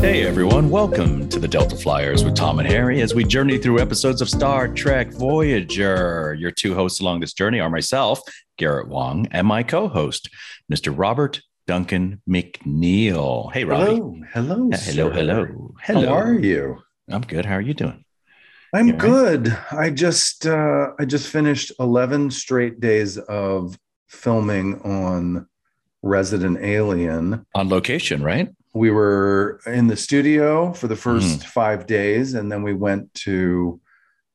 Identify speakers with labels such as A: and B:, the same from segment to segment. A: Hey everyone, welcome to the Delta Flyers with Tom and Harry as we journey through episodes of Star Trek Voyager. Your two hosts along this journey are myself, Garrett Wong, and my co host, Mr. Robert Duncan McNeil. Hey, Robbie.
B: Hello, hello,
A: Uh, hello,
B: sir.
A: hello.
B: How
A: Hello.
B: are you?
A: I'm good. How are you doing?
B: I'm
A: You all right?
B: good. I just uh, I just finished eleven straight days of filming on Resident Alien.
A: On location, right?
B: We were in the studio for the first
A: Mm-hmm.
B: five days, and then we went to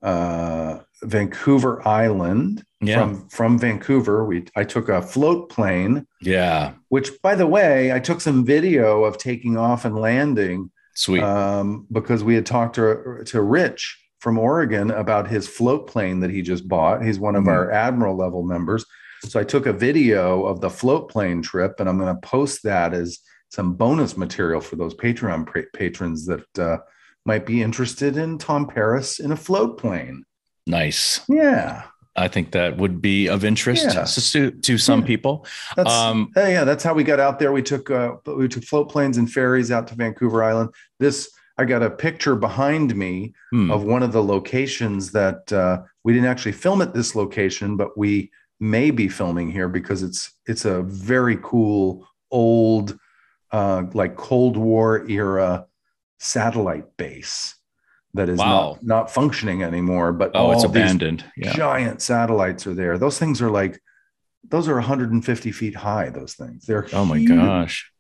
B: uh, Vancouver Island.
A: Yeah.
B: From from Vancouver, we I took a float plane.
A: yeah.
B: Which, by the way, I took some video of taking off and landing
A: Sweet.
B: um, because we had talked to to Rich from Oregon about his float plane that he just bought. He's one of
A: Mhm.
B: our admiral level members. So I took a video of the float plane trip, and I'm going to post that as some bonus material for those Patreon pa- patrons that uh, might be interested in Tom Paris in a float plane.
A: nice.
B: Yeah,
A: I think that would be of interest
B: Yeah.
A: to, to some
B: Yeah.
A: people.
B: that's
A: Um,
B: Hey, yeah, that's how we got out there. We took uh, we took float planes and ferries out to Vancouver Island. This I got a picture behind me
A: hmm.
B: of one of the locations that uh, we didn't actually film at this location, but we may be filming here because it's it's a very cool old uh, like Cold War era satellite base that is
A: Wow.
B: not not functioning anymore. But
A: oh, it's
B: all these
A: abandoned. Yeah.
B: giant satellites are there. Those things are like those are 150 feet high. Those things. They're
A: Oh my
B: huge.
A: gosh.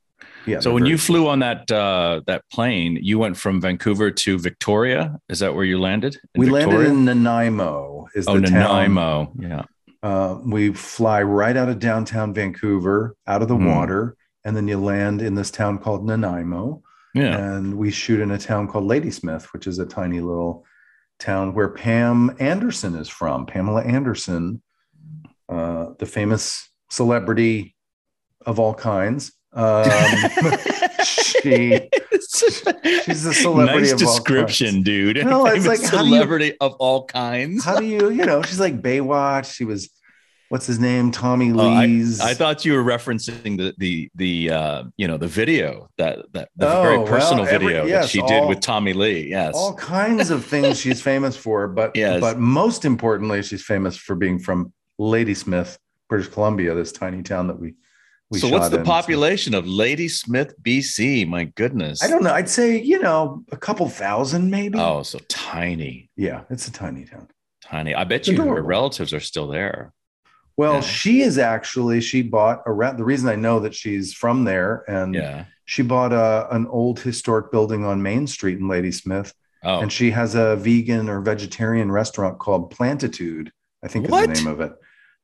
B: Yeah.
A: So
B: they're
A: when
B: very
A: you flew on that uh, that plane, you went from Vancouver to Victoria. Is that where you landed?
B: cool. we landed
A: Victoria?
B: in Nanaimo. Is
A: oh
B: the town
A: Nanaimo. Yeah.
B: Uh, we fly right out of downtown Vancouver, out of the
A: Hmm.
B: water, and then you land in this town called Nanaimo.
A: yeah,
B: And we shoot in a town called Ladysmith, which is a tiny little town where Pam Anderson is from. Pamela Anderson, uh, the famous celebrity of all kinds. Um, she, she's a celebrity
A: Nice
B: of all
A: description,
B: kinds.
A: dude.
B: No, it's
A: Famous
B: like, how do you-
A: celebrity of all kinds.
B: How do you, you know, she's like Baywatch. She was, what's his name? Tommy
A: Oh,
B: Lee's.
A: I thought you were referencing the the the uh, you know the video that that the
B: Oh,
A: very
B: well,
A: personal
B: every-
A: video that
B: yes,
A: she did
B: all-
A: with Tommy Lee. Yes.
B: all kinds of things she's famous for, but
A: Yes.
B: but most importantly, she's famous for being from Ladysmith, British Columbia, this tiny town that we we.
A: so what's
B: shot
A: the
B: in.
A: population of Ladysmith, BC? My goodness.
B: I don't know. I'd say you know a couple thousand, maybe.
A: Oh, so tiny.
B: yeah, it's a tiny town.
A: Tiny. I bet
B: It's
A: you her
B: adorable.
A: relatives are still there.
B: Well,
A: Yeah.
B: she is actually she bought a rat. The reason I know that she's from there, and
A: Yeah.
B: she bought a an old historic building on Main Street in Ladysmith,
A: Oh,
B: and she has a vegan or vegetarian restaurant called Plantitude. I think
A: What?
B: is the name of it.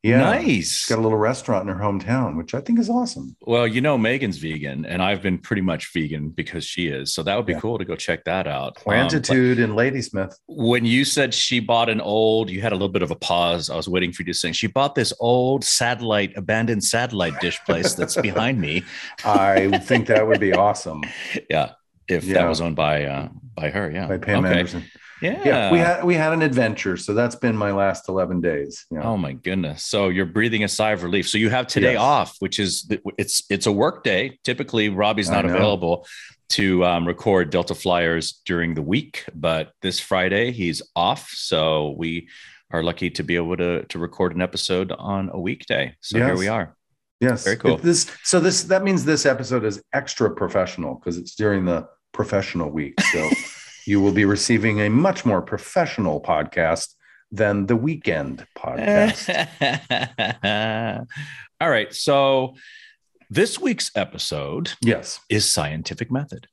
B: Yeah. She's
A: nice.
B: got a little restaurant in her hometown, which I think is awesome.
A: Well, you know, Megan's vegan, and I've been pretty much vegan because she is. So that would be
B: Yeah.
A: cool to go check that out. Um,
B: Plantitude in Ladysmith.
A: but when you said she bought an old, you had a little bit of a pause. I was waiting for you to sing. She bought this old satellite, abandoned satellite dish place that's behind me.
B: I think that would be awesome
A: Yeah. If that
B: Yeah.
A: was owned by uh, by her. Yeah.
B: by Pam
A: okay.
B: Anderson.
A: Yeah.
B: Yeah. we had we had an adventure, so that's been my last eleven days. Yeah.
A: Oh my goodness! So you're breathing a sigh of relief. So you have today
B: Yes.
A: off, which is it's it's a work day. Typically, Robbie's
B: I
A: not
B: know.
A: available to um, record Delta Flyers during the week, but this Friday he's off. So we are lucky to be able to to record an episode on a weekday. So here
B: Yes.
A: we are.
B: yes,
A: very cool.
B: It- this so this that means this episode is extra professional because it's during the professional week. So you will be receiving a much more professional podcast than the weekend
A: Eh.
B: podcast.
A: All right. So this week's episode
B: yes,
A: is scientific method.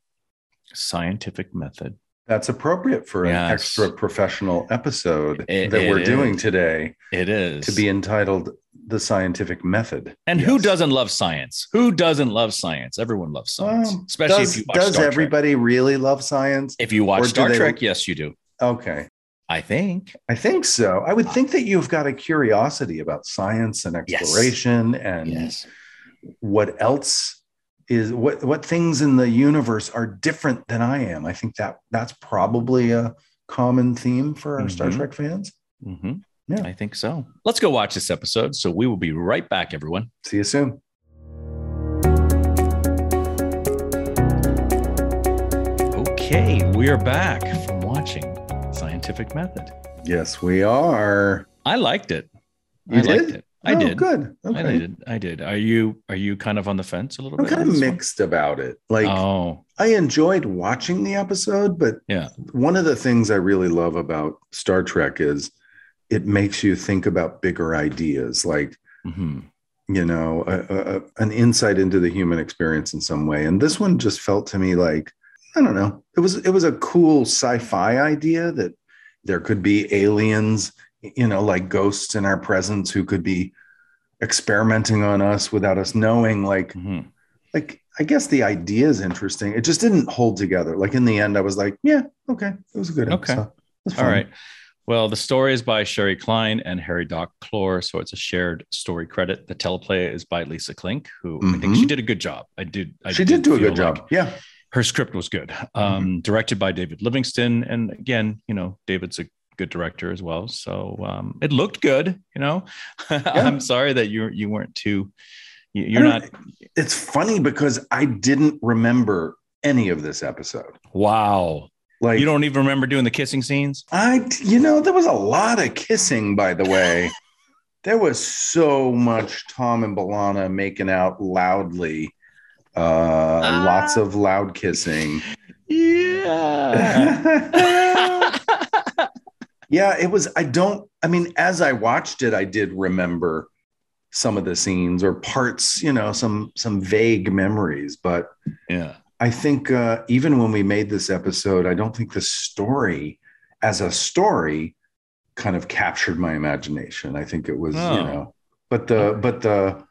A: Scientific method.
B: that's appropriate for an
A: Yes.
B: extra professional episode
A: It-
B: that
A: it
B: we're
A: is.
B: doing today.
A: It is
B: to be entitled The Scientific Method.
A: And who
B: Yes.
A: doesn't love science? Who doesn't love science? Everyone loves science,
B: Um,
A: especially
B: does,
A: if you watch
B: does
A: Star Trek.
B: everybody really love science?
A: If you
B: or
A: watch
B: do
A: Star
B: they-
A: Trek, yes, you do.
B: Okay.
A: I think.
B: I think so. I would think that you've got a curiosity about science and
A: Yes.
B: exploration and
A: Yes.
B: what else is what what things in the universe are different than I am. I think that that's probably a common theme for our Star
A: Mhm.
B: Trek fans.
A: hmm
B: Yeah.
A: I think so. Let's go watch this episode. So we will be right back, everyone.
B: See you soon.
A: Ooh, Okay, we are back from watching Scientific Method.
B: Yes, we are.
A: I liked it.
B: You
A: I
B: did?
A: liked it. I
B: Oh,
A: did.
B: Good.
A: I
B: Okay.
A: did. I did. Are you are you kind of on the fence a little
B: I'm
A: bit?
B: kind
A: on
B: of
A: this one?
B: mixed about it. Like
A: oh,
B: I enjoyed watching the episode, but
A: Yeah.
B: one of the things I really love about Star Trek is it makes you think about bigger ideas, like
A: mhm.
B: you know, a, a- a- an insight into the human experience in some way. And this one just felt to me like I don't know. It was it was a cool sci-fi idea that there could be aliens, you know, like ghosts in our presence who could be experimenting on us without us knowing. Like
A: Mhm.
B: like I guess the idea is interesting. It just didn't hold together. Like in the end, I was like, yeah, okay, it was a good
A: Okay.
B: episode. It was
A: All
B: fun.
A: right. Well, the story is by Sherry Klein and Harry Doc Clore, so it's a shared story credit. The teleplay is by Lisa Klink, who I think she did a good job. I did. I
B: Mm-hmm. she did do a
A: feel
B: good job. Mm-hmm.
A: like
B: yeah,
A: her script was good. Um, Directed by David Livingston, and again, you know, David's a good director as well. So um, it looked good. You know, I'm sorry that you you weren't too. you- You're
B: I
A: not.
B: don't- It's funny because I didn't remember any of this episode.
A: Wow.
B: Like
A: you don't even remember doing the kissing scenes?
B: I, you know, there was a lot of kissing. By the way, there was so much Tom and Balana making out loudly. Uh, lots of loud kissing.
A: Yeah.
B: Yeah, it was. I don't, I mean, as I watched it, I did remember some of the scenes or parts, you know, some some vague memories. But
A: yeah.
B: I think uh, even when we made this episode, I don't think the story as a story kind of captured my imagination. I think it was, you
A: Oh.
B: know, but the but the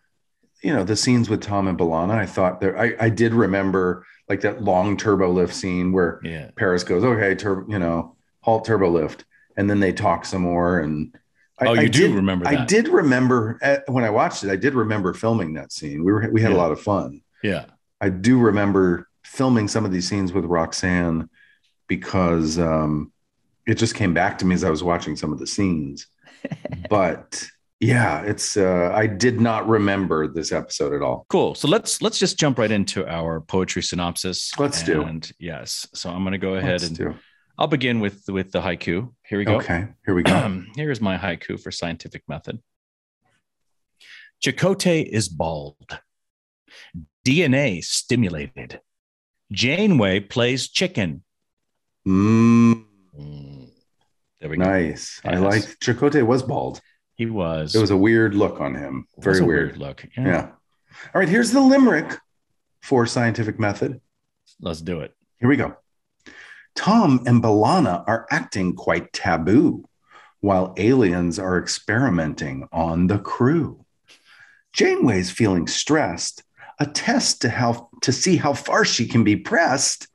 B: you know the scenes with Tom and Balana, I thought there I, I did remember like that long turbo lift scene where
A: Yeah.
B: Paris goes, okay, tur- you know, halt turbo lift, and then they talk some more. And I,
A: oh, you
B: I
A: do
B: did,
A: remember that.
B: I did remember uh, when I watched it. I did remember filming that scene. We were we had
A: Yeah.
B: a lot of fun.
A: Yeah.
B: I do remember filming some of these scenes with Roxanne because um, it just came back to me as I was watching some of the scenes. but yeah, it's uh, I did not remember this episode at all.
A: Cool. So let's let's just jump right into our poetry synopsis.
B: Let's do.
A: And yes. So I'm going to go ahead
B: Let's
A: and
B: do.
A: I'll begin with with the haiku. Here we go.
B: Okay, here we go.
A: Here's my haiku for scientific method. Chakotay is bald. DNA stimulated. Janeway plays chicken.
B: Mm,
A: Mm. There we go.
B: nice. I
A: Yes.
B: like Chakotay was bald.
A: He was.
B: It was a weird look on him.
A: it was
B: Very
A: a
B: weird.
A: look.
B: Yeah. All right. Here's the limerick for scientific method.
A: Let's do it.
B: Here we go. Tom and Balana are acting quite taboo while aliens are experimenting on the crew. Janeway's feeling stressed, a test to how to see how far she can be pressed,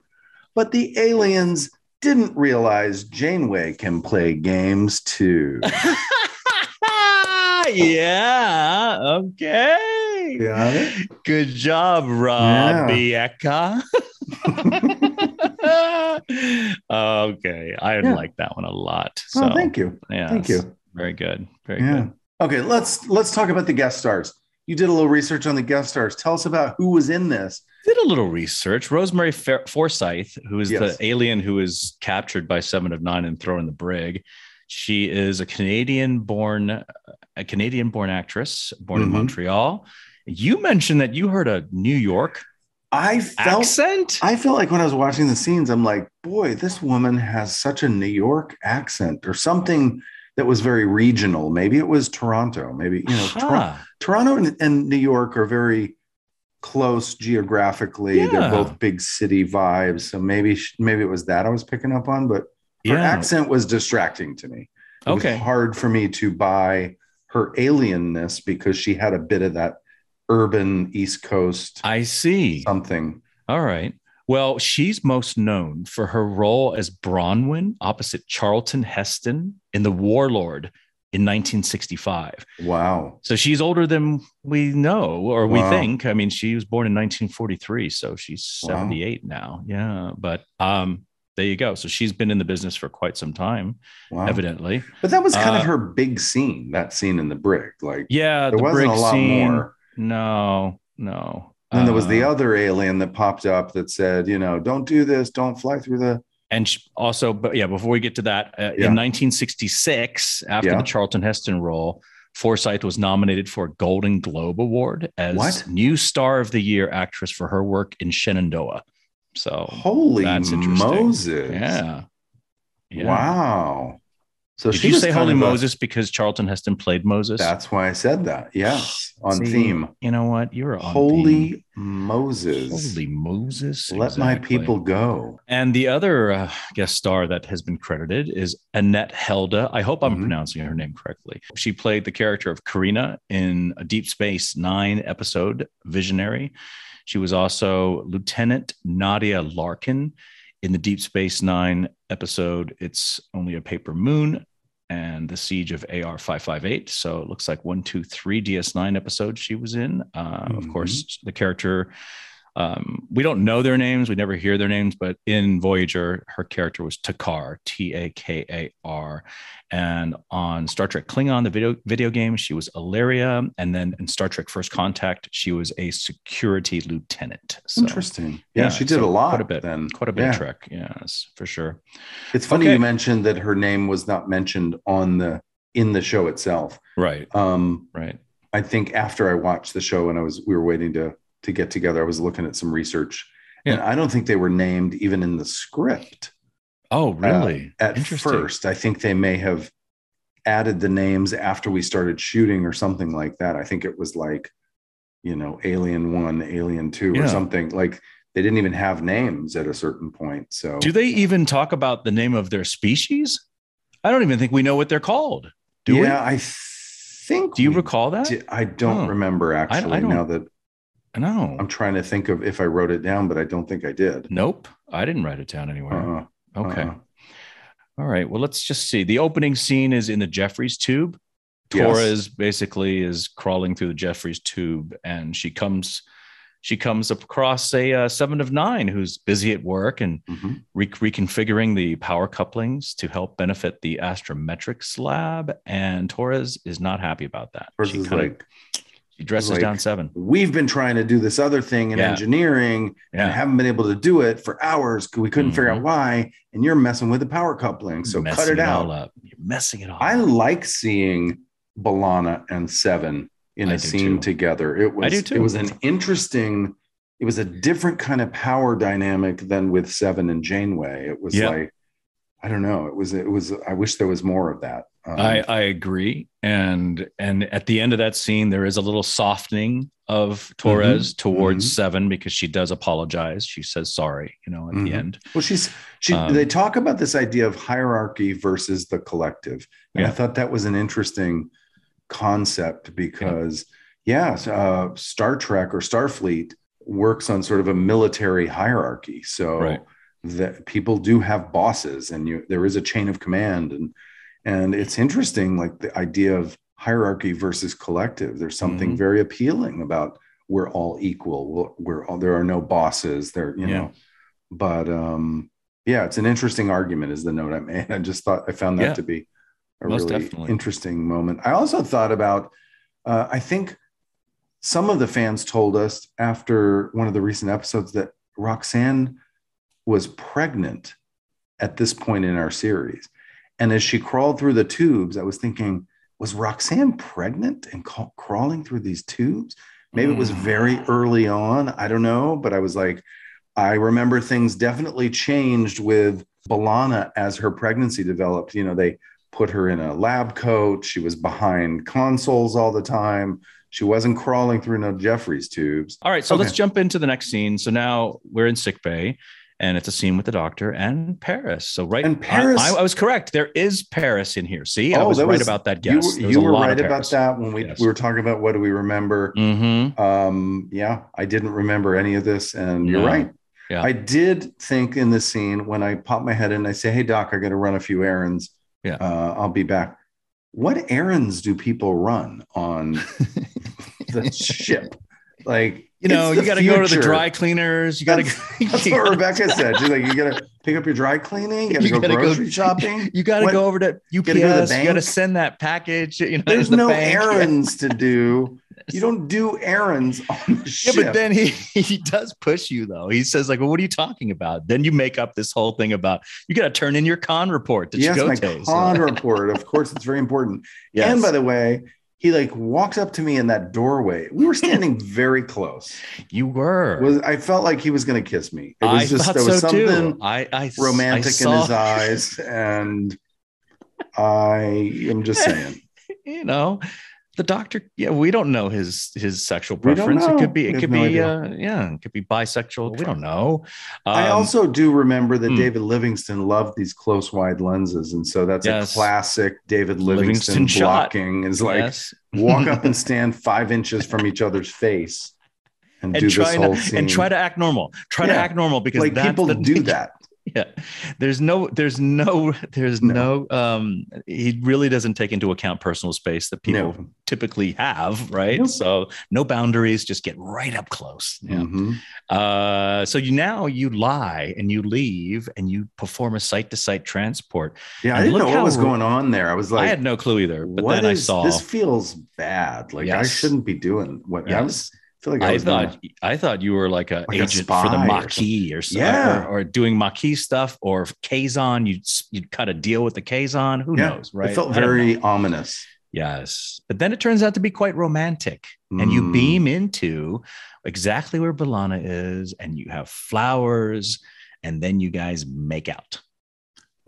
B: but the aliens didn't realize Janeway can play games too.
A: yeah. Okay.
B: Got it?
A: Good job, Robieka. okay. I
B: Yeah.
A: like that one a lot. So
B: Oh, thank you.
A: yeah.
B: Thank you.
A: Very good. Very
B: Yeah.
A: good.
B: Okay, let's let's talk about the guest stars. You did a little research on the guest stars. Tell us about who was in this.
A: Did a little research. Rosemary Fa- Forsyth, who is the
B: Yes.
A: alien who is captured by Seven of Nine and thrown in the brig, she is a Canadian born a Canadian born actress born
B: Mhm.
A: in Montreal. You mentioned that you heard a New York
B: I felt
A: accent.
B: I felt like when I was watching the scenes, I'm like, boy, this woman has such a New York accent or something that was very regional. Maybe it was Toronto. Maybe you know, Tor-
A: Huh.
B: Toronto and, and New York are very close geographically.
A: Yeah.
B: They're both big city vibes. So maybe sh- maybe it was that I was picking up on, but her
A: yeah.
B: accent was distracting to me. It was
A: Okay.
B: hard for me to buy her alienness because she had a bit of that urban East Coast
A: I see.
B: something.
A: All right. Well, she's most known for her role as Bronwyn opposite Charlton Heston in The Warlord in 1965.
B: Wow.
A: So she's older than we know or we
B: Wow.
A: think. I mean, she was born in 1943, so she's 78 now. Yeah, but um there you go. So she's been in the business for quite some time,
B: Wow.
A: evidently.
B: But that was kind
A: Uh,
B: of her big scene, that scene in the brick. Like
A: Yeah,
B: there
A: the
B: wasn't
A: brick
B: a lot
A: scene.
B: more.
A: No, Um, no.
B: And then there was the
A: uh,
B: other alien that popped up that said, you know, don't do this, don't fly through the.
A: And sh- also, but yeah, before we get to that, uh,
B: Yeah.
A: in 1966, after
B: Yeah.
A: the Charlton Heston role, Forsyth was nominated for a Golden Globe Award as
B: What?
A: new star of the year actress for her work in Shenandoah. So,
B: Holy
A: Oh, That's interesting.
B: Moses!
A: yeah.
B: Wow. So
A: Did
B: she
A: you
B: was
A: say
B: kind
A: Holy
B: of a-
A: Moses because Charlton Heston played Moses?
B: that's why I said that. Yes, on
A: See,
B: theme.
A: You know what? You're on
B: Holy
A: theme.
B: Moses!
A: Holy Moses.
B: Let my
A: exactly.
B: people go.
A: And the other uh, guest star that has been credited is Annette Helda. I hope I'm
B: Mhm.
A: pronouncing her name correctly. She played the character of Karina in a Deep Space Nine episode, Visionary. She was also Lieutenant Nadia Larkin in the Deep Space Nine episode, It's Only a Paper Moon and the Siege of AR 558. So it looks like one, two, three DS9 episodes she was in. Uh, Of
B: Mhm.
A: course, the character. Um, we don't know their names. We never hear their names, but in Voyager, her character was Takar, T A K A R. And on Star Trek Klingon, the video, video game, she was Ilaria. And then in Star Trek First Contact, she was a security lieutenant. So
B: Interesting. Yeah,
A: yeah,
B: she did
A: so
B: a lot.
A: quite a bit-
B: Then
A: quite a bit
B: Yeah.
A: of Trek. Yes, for sure.
B: It's funny
A: Okay.
B: you mentioned that her name was not mentioned on the in the show itself.
A: Right,
B: Um,
A: right.
B: I think after I watched the show and I was we were waiting to to get together, I was looking at some research, and I don't think they were named even in the script
A: Oh, really?
B: Uh, at
A: Interesting.
B: first. I think they may have added the names after we started shooting or something like that. I think it was like, you know, Alien One, Alien Two,
A: Yeah.
B: or something like. They didn't even have names at a certain point. So
A: Do they even talk about the name of their species? I don't even think we know what they're called. Do
B: yeah, I think.
A: we? Do you
B: we
A: recall that?
B: did- I don't
A: Huh.
B: remember actually.
A: don't-
B: Now that
A: no.
B: I'm trying to think of if I wrote it down, but I don't think I did.
A: nope. I didn't write it down anywhere.
B: Uh-uh,
A: okay.
B: uh-uh.
A: All right. Well, let's just see. The opening scene is in the Jeffries tube.
B: Yes.
A: Torres basically is crawling through the Jeffries tube, and she comes. She comes across a uh, seven of nine who's busy at work and
B: Mhm.
A: re- reconfiguring the power couplings to help benefit the astrometrics lab. And Torres is not happy about that.
B: Torres
A: she,
B: is
A: kinda-
B: like,
A: she dresses
B: like-
A: down seven.
B: we've been trying to do this other thing in
A: Yeah.
B: engineering and
A: Yeah. Mm-hmm.
B: haven't been able to do it for hours because we couldn't figure out why. And you're messing with the power coupling. So
A: Messing
B: cut it
A: all
B: out.
A: up. You're messing it all
B: I
A: up.
B: like seeing Balana and Seven in
A: I
B: a
A: do
B: scene
A: too.
B: together. It was
A: do too.
B: it was an interesting, it was a different kind of power dynamic than with Seven and Janeway. It was
A: Yeah.
B: like, I don't know. It was it was I wish there was more of that. Um,
A: I, I agree. And and at the end of that scene, there is a little softening of Torres towards
B: Mhm.
A: Seven because she does apologize. She says sorry, you know, at
B: Mhm.
A: the end.
B: Well, she's she.
A: Um,
B: they talk about this idea of hierarchy versus the collective, and I
A: Yeah.
B: thought that was an interesting concept because, yeah, uh, Star Trek or Starfleet works on sort of a military hierarchy, so
A: Right.
B: that people do have bosses, and you there is a chain of command, and and it's interesting, like the idea of hierarchy versus collective. There's something
A: Mhm.
B: very appealing about we're all equal. We're, we're all, there are no bosses. There, you
A: Yeah.
B: know, but um, yeah, it's an interesting argument. Is the note I made? I just thought I found that
A: Yeah.
B: to be a
A: Most
B: really
A: definitely.
B: interesting moment. I also thought about. Uh, I think some of the fans told us after one of the recent episodes that Roxanne was pregnant at this point in our series. And as she crawled through the tubes, I was thinking, was Roxanne pregnant and ca- crawling through these tubes? Maybe it was
A: Mm.
B: very early on. I don't know. But I was like, I remember things definitely changed with Balana as her pregnancy developed. You know, they put her in a lab coat. She was behind consoles all the time. She wasn't crawling through no Jeffrey's tubes.
A: All right, so let's
B: Okay.
A: jump into the next scene. So now we're in sick bay, and it's a scene with the doctor and Paris. So right,
B: And Paris-
A: I, I, I was correct. There is Paris in here. See, I
B: Oh,
A: was
B: that
A: right
B: was-
A: about that
B: You
A: guess.
B: were- you were right about that when we,
A: Yes.
B: we were talking about what do we remember.
A: Mm-hmm.
B: Um, yeah, I didn't remember any of this, and you're
A: No.
B: right.
A: Yeah.
B: I did think in the scene when I pop my head in, I say, "Hey, Doc, I got to run a few errands.
A: Yeah.
B: uh, I'll be back." What errands do people run on the ship? Like,
A: You know,
B: it's
A: you
B: the
A: got to go to the
B: future.
A: dry cleaners. You got to.
B: That's- That's what Rebecca said. She's like, "You got to pick up your dry cleaning. You got to
A: You
B: go
A: gotta go-
B: grocery shopping."
A: You got to
B: What-
A: go over to UPS.
B: go to the
A: you got to
B: bank?
A: send that package. You know,
B: There's
A: to the
B: no
A: bank.
B: errands to do. You don't do errands on the ship.
A: Yeah, but then he he does push you though. He says like, "Well, what are you talking about?" Then you make up this whole thing about you got to turn in your con report to
B: yes, my
A: Chakotay. So-
B: con report. Of course, it's very important.
A: Yes.
B: And by the way, he like walked up to me in that doorway. We were standing very close.
A: you were.
B: Was I felt like he was going to kiss me. It was
A: I
B: just
A: thought
B: there was
A: so
B: something
A: too. I, I
B: romantic
A: I
B: in
A: saw-
B: his eyes, and I am just
A: Eh.
B: saying.
A: you know the doctor yeah we don't know his his sexual
B: We don't
A: preference it
B: know.
A: could be
B: We
A: it
B: have
A: could
B: no
A: be
B: idea.
A: uh, yeah it could be bisexual we don't know
B: I
A: Um,
B: also do remember that
A: hmm.
B: David Livingston loved these close wide lenses, and so that's
A: Yes.
B: a classic David Livingston,
A: Livingston shot.
B: blocking. Is like
A: yes.
B: walk up and stand five inches from each other's face, and,
A: and
B: do
A: try
B: this whole
A: to,
B: scene.
A: and try to act normal try to
B: Yeah.
A: act normal because
B: like
A: that's
B: people
A: the-
B: do that.
A: yeah there's no there's no there's no.
B: No.
A: um he really doesn't take into account personal space that people
B: No.
A: typically have right
B: Nope.
A: so no boundaries just get right up close yeah
B: Mhm.
A: Uh, so you now you lie and you leave and you perform a site to site transport.
B: Yeah, I
A: And
B: didn't
A: look
B: know
A: how
B: what was
A: re-
B: going on there. I was
A: I
B: like,
A: had no clue either, but
B: what
A: then I
B: is-
A: saw.
B: this feels bad. Like I
A: Yes.
B: shouldn't be doing what I was,
A: yes,
B: feel like I,
A: I,
B: was doing-
A: thought I thought you were like a
B: Like a
A: agent for the
B: spy or
A: Maquis or, so,
B: Yeah.
A: or, or doing Maquis stuff or Kazon. You you cut a deal with the Kazon. Who
B: Yeah,
A: knows, right?
B: It felt
A: I don't know.
B: very ominous.
A: yes, but then it turns out to be quite romantic. and you
B: Mm.
A: beam into exactly where Balana is, and you have flowers, and then you guys make out.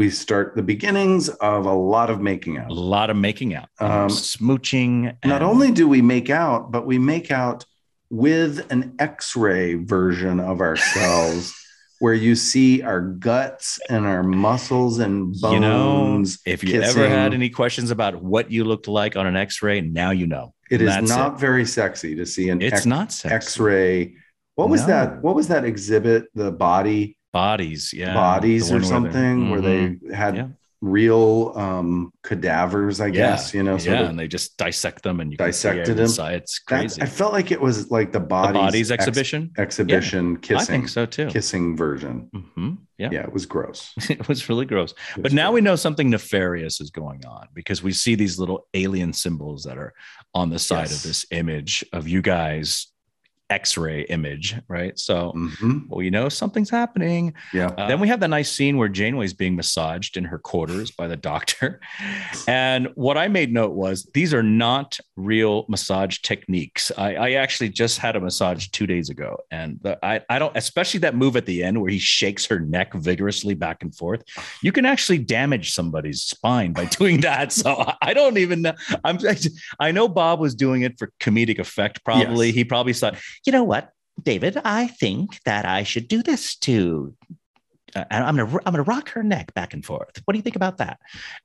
B: We start the beginnings of a lot of making out.
A: a lot of making out,
B: Um,
A: smooching.
B: Not
A: and-
B: only do we make out, but we make out with an X-ray version of ourselves, where you see our guts and our muscles and bones.
A: you know, if you ever
B: kissing.
A: had any questions about what you looked like on an X-ray, now you know.
B: it
A: that's
B: is not very sexy to see an
A: It's
B: X-
A: not sex.
B: X-ray. What was
A: No.
B: that? What was that exhibit? The body
A: Bodies, yeah,
B: bodies
A: The
B: or
A: one where they're-
B: something where
A: Mhm.
B: they had
A: Yeah.
B: real um cadavers i guess you know sort
A: yeah,
B: of
A: and they just dissect them and you can
B: Dissected
A: see
B: them.
A: inside. It's
B: That-
A: crazy.
B: i felt like it was like the
A: the
B: bodies,
A: bodies
B: ex-
A: exhibition.
B: exhibition kissing
A: I think so too.
B: kissing version
A: hmm Yeah,
B: yeah. it was gross
A: it was really gross. But now we know something nefarious is going on because we see these little alien symbols that are on the side
B: Yes.
A: of this image of you guys x-ray image, right? So
B: hmm
A: well, you know something's happening.
B: yeah
A: Uh, then we have that nice scene where Janeway's being massaged in her quarters by the doctor. And what I made note was these are not real massage techniques. I, I actually just had a massage two days ago. And the, I, I don't, especially that move at the end where he shakes her neck vigorously back and forth. You can actually damage somebody's spine by doing that. So I, I don't even know. I'm, I know Bob was doing it for comedic effect, probably.
B: Yes.
A: He probably thought, you know what? David, I think that I should do this to uh, and I'm gonna I'm gonna rock her neck back and forth. What do you think about that?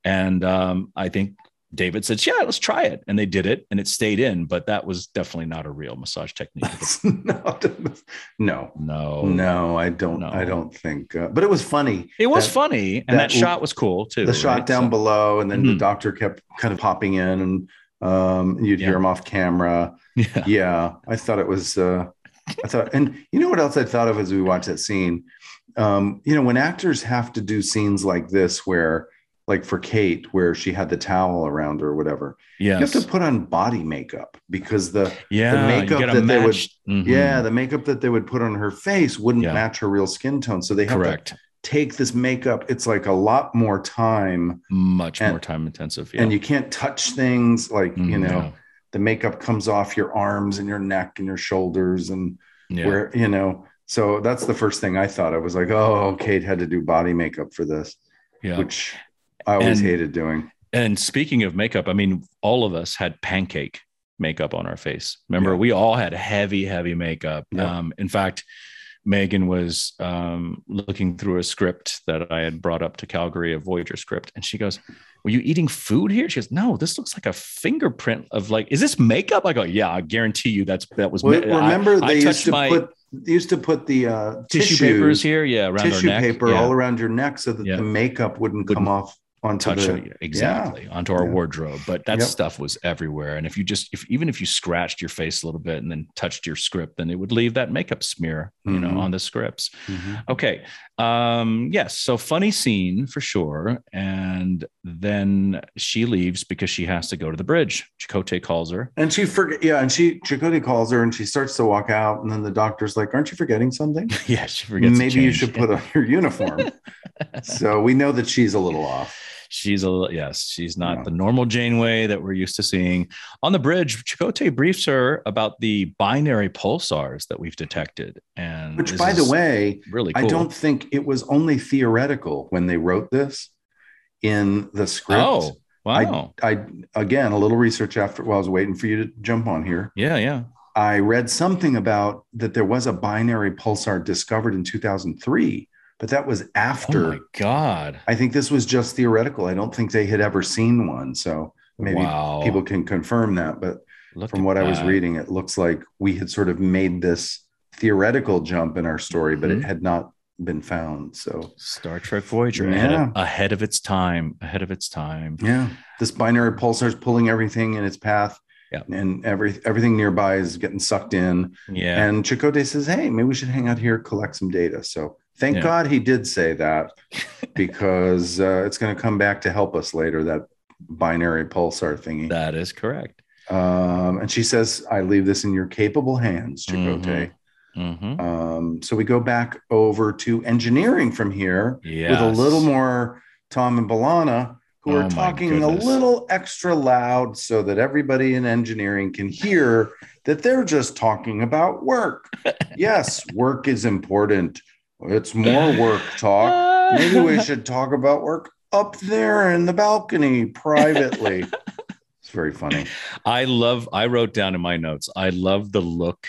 A: And um, I think David said, "Yeah, let's try it," and they did it, and it stayed in. But that was definitely not a real massage technique.
B: That's not- no
A: no,
B: no i don't
A: Oh. No.
B: i don't think uh, but it was funny
A: it was
B: That-
A: funny, and that,
B: that-
A: shot was cool too.
B: the shot
A: right?
B: down
A: So-
B: below and then the
A: Mhm.
B: doctor kept kind of popping in and um you'd
A: Yeah.
B: hear him off camera
A: yeah,
B: yeah i thought it was uh i thought and you know what else i thought of as we watched that scene um you know when actors have to do scenes like this where like for kate where she had the towel around her or whatever
A: yes,
B: you have to put on body makeup because the
A: yeah.
B: makeup
A: gotta
B: that they would-
A: match- Mhm.
B: yeah the makeup that they would put on her face wouldn't
A: Yeah.
B: match her real skin tone so they have
A: correct.
B: to take this makeup it's like a lot more time
A: Much
B: And-
A: more time intensive. Yeah.
B: and you can't touch things like you
A: Mhm,
B: know the makeup comes off your arms and your neck and your shoulders and
A: yeah. Yeah.
B: where you know so that's the first thing i thought i was like oh kate had to do body makeup for this
A: yeah.
B: which i always
A: And-
B: hated doing
A: And speaking of makeup, I mean, all of us had pancake makeup on our face. Remember,
B: Yeah.
A: we all had heavy, heavy makeup.
B: Yeah.
A: Um, in fact, Megan was um, looking through a script that I had brought up to Calgary, a Voyager script, and she goes, "Were you eating food here?" She goes, "No, this looks like a fingerprint of like, is this makeup?" I go, "Yeah, I guarantee you that's that was."
B: well,
A: ma- I-
B: remember they
A: touched
B: used to
A: my
B: put they used to put the uh,
A: tissue
B: tissues-
A: papers here, yeah, around
B: tissue
A: our neck,
B: paper
A: yeah.
B: all around your neck so that
A: Yeah.
B: the makeup wouldn't come
A: Wouldn't-
B: off onto
A: touch
B: the,
A: it exactly onto our
B: Yeah.
A: wardrobe but that
B: Yep.
A: stuff was everywhere and if you just if even if you scratched your face a little bit and then touched your script then it would leave that makeup smear you
B: Mhm.
A: know on the scripts
B: Mhm.
A: okay um yes so funny scene for sure and then she leaves because she has to go to the bridge chicote calls her
B: And she forget yeah, and she Chakotay calls her and she starts to walk out, and then the doctor's like, "Aren't you forgetting something?
A: yeah she forgets to
B: Maybe you
A: change.
B: should put on your uniform." so we know that she's a little off.
A: She's a li- yes, she's not
B: Yeah.
A: the normal Janeway that we're used to seeing. On the bridge, Chakotay briefs her about the binary pulsars that we've detected, and
B: Which,
A: this
B: by the
A: is
B: way,
A: really cool.
B: I don't think it was only theoretical when they wrote this in the script.
A: Oh wow,
B: I again a little research after while I was waiting for you to jump on here.
A: yeah, yeah,
B: I read something about that there was a binary pulsar discovered in 2003, but that was
A: oh
B: after.
A: my god,
B: I think this was just theoretical. I don't think they had ever seen one, so maybe
A: wow.
B: people can confirm that. But
A: Look
B: from
A: at
B: what I was
A: that.
B: reading, it looks like we had sort of made this theoretical jump in our story, but
A: Mm-hmm.
B: it had not been found. So
A: Star Trek Voyager ahead,
B: Yeah.
A: of, ahead of its time, ahead of its time.
B: yeah, this binary pulsar is pulling everything in its path.
A: Yeah.
B: And every everything nearby is getting sucked in.
A: Yeah,
B: And Chakotay says, "Hey, maybe we should hang out here, collect some data." So thank
A: Yeah.
B: God he did say that, because uh, it's going to come back to help us later. That binary pulsar thingy.
A: that is correct.
B: Um, and she says, "I leave this in your capable hands, Chakotay."
A: Mm-hmm.
B: Um, so we go back over to engineering from here
A: Yeah,
B: with a little more Tom and Balana. Who
A: Oh, my
B: are talking a
A: goodness.
B: little extra loud so that everybody in engineering can hear that they're just talking about work. yes, work is important. It's more work talk. Maybe we should talk about work up there in the balcony privately. it's very funny.
A: I love, I wrote down in my notes, I love the look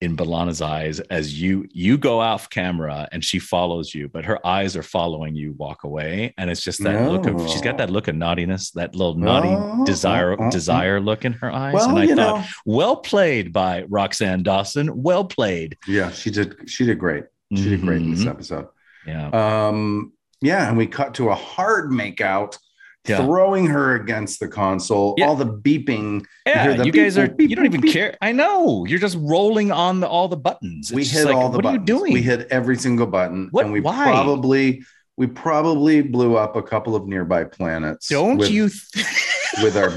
A: in Balana's eyes as you you go off camera and she follows you, but her eyes are following you walk away. And it's just that look of she's got that look of naughtiness, that little naughty
B: Oh,
A: desire
B: oh, oh,
A: desire look in her eyes.
B: Well,
A: and I
B: you
A: thought,
B: know,
A: well played by Roxanne Dawson. Well played.
B: yeah, she did. She did great. She did great in this
A: Mhm.
B: episode.
A: Yeah.
B: Um, yeah, and we cut to a hard makeout,
A: Yeah.
B: throwing her against the console.
A: Yeah.
B: All the beeping
A: Yeah,
B: hear
A: you,
B: the beep,
A: guys are
B: beep,
A: you don't even
B: beep,
A: care. I know. You're just rolling on the, all the buttons. It's
B: we
A: just
B: hit
A: like,
B: all the
A: what
B: buttons.
A: are you doing?
B: We hit every single button,
A: What-
B: and we
A: why?
B: probably we probably blew up a couple of nearby planets.
A: don't
B: with,
A: you th-
B: with our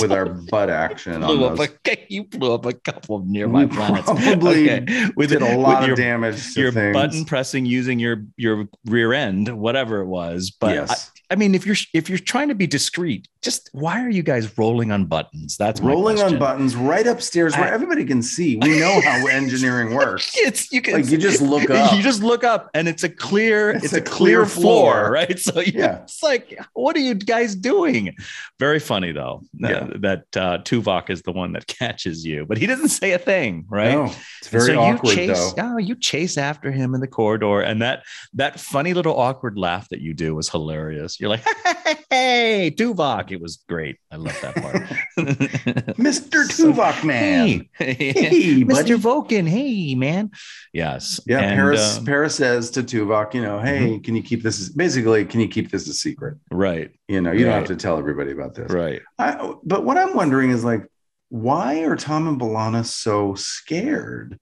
B: with our butt action on
A: blew up
B: those?
A: a, you blew up a couple of nearby
B: We
A: planets.
B: probably We
A: with
B: did a
A: with
B: lot
A: your,
B: of damage to
A: Your
B: things.
A: button pressing using your your rear end, whatever it was. But
B: yes,
A: I, I mean, if you're if you're trying to be discreet, just why are you guys rolling on buttons? That's my
B: rolling on
A: question.
B: buttons right upstairs where
A: I-
B: everybody can see. We know how engineering works.
A: It's you can
B: Like you just look up.
A: You just look up and it's a clear, it's, a, clear, floor, right? So you,
B: Yeah.
A: it's like, what are you guys doing? Very funny though. uh,
B: Yeah.
A: that uh, Tuvok is the one that catches you, but he doesn't say a thing, right?
B: No, it's
A: And
B: very awkward
A: you chase,
B: though.
A: Oh, you chase after him in the corridor, and that that funny little awkward laugh that you do was hilarious. You're like, "Hey, Tuvok!" It was great. I love that part.
B: Mr.
A: So-
B: Tuvok man.
A: hey,
B: Hey, buddy.
A: Mr. Vulcan, hey man. Yes.
B: Yeah,
A: and, Mm-hmm.
B: Paris
A: um,
B: Paris says to Tuvok, you know, hey, can you keep this basically can you keep this a secret?
A: right.
B: You know, you don't
A: Right.
B: have to tell everybody about this.
A: Right.
B: I, but what I'm wondering is like, why are Tom and Balana so scared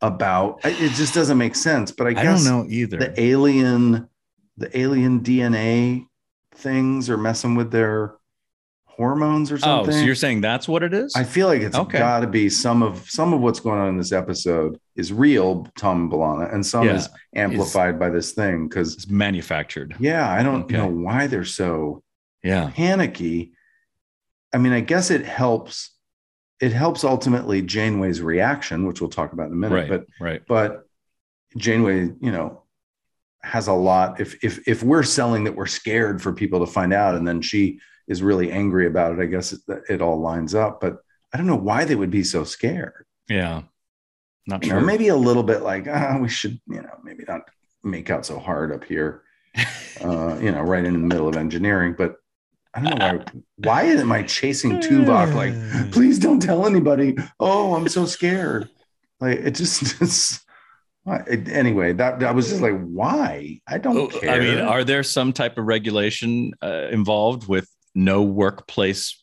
B: about I- it? Just doesn't make sense. But I
A: I,
B: guess
A: don't know either.
B: the alien, the alien DNA things are messing with their hormones or
A: oh,
B: something.
A: so you're saying that's what it is?
B: I feel like it's
A: Okay.
B: got to be some of some of what's going on in this episode is real Tom and Balana, and some
A: Yeah.
B: is amplified by this thing because
A: it's manufactured.
B: yeah, I don't
A: Okay.
B: know why they're so
A: Yeah.
B: panicky. I mean, I guess it helps. It helps ultimately Janeway's reaction, which we'll talk about in a minute.
A: Right.
B: But
A: right.
B: but Janeway, you know, has a lot. If if if we're selling that we're scared for people to find out, and then she is really angry about it, I guess it, it all lines up. But I don't know why they would be so scared.
A: Yeah. Not
B: You
A: sure.
B: know, maybe a little bit like ah, we should, you know, maybe not make out so hard up here. uh, you know, right in the middle of engineering. But I don't know why. Why am I chasing Tuvok? Like, please don't tell anybody. Oh, I'm so scared. Like, it just, it's Why- Anyway, that I was just like, why? I don't
A: Oh,
B: care.
A: I mean, are there some type of regulation uh, involved with no workplace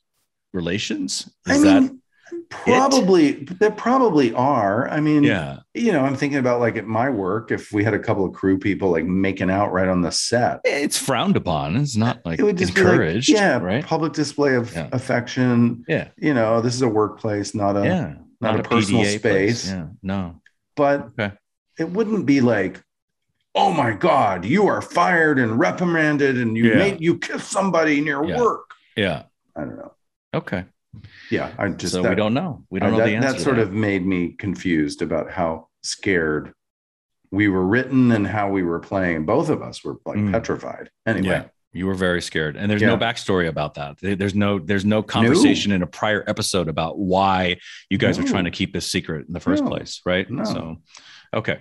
A: relations?
B: I
A: Is that
B: mean, probably there probably are. I mean,
A: yeah?
B: you know, I'm thinking about like at my work, if we had a couple of crew people like making out right on the set,
A: It's frowned upon. It's not like
B: it would just
A: encouraged.
B: be like, yeah,
A: right.
B: public display of
A: Yeah.
B: affection.
A: Yeah.
B: You know, this is a workplace, not a
A: yeah,
B: uh, not, a, personal
A: PDA place.
B: space.
A: Yeah, no.
B: But
A: Okay.
B: it wouldn't be like, oh my God, you are fired and reprimanded and you
A: Yeah.
B: made you kiss somebody in your
A: Yeah.
B: work.
A: Yeah.
B: I don't know.
A: Okay.
B: Yeah. I just
A: so
B: that,
A: we don't know. We don't
B: I-
A: know
B: that,
A: the answer.
B: that
A: to
B: sort of made me confused about how scared we were written and how we were playing. Both of us were like
A: Mm.
B: petrified. Anyway.
A: Yeah. You were very scared, and there's no
B: Yeah.
A: backstory about that. There- There's no there's no conversation in a prior episode about why you guys are
B: No.
A: trying to keep this secret in the first
B: No.
A: place, right?
B: No.
A: So, okay,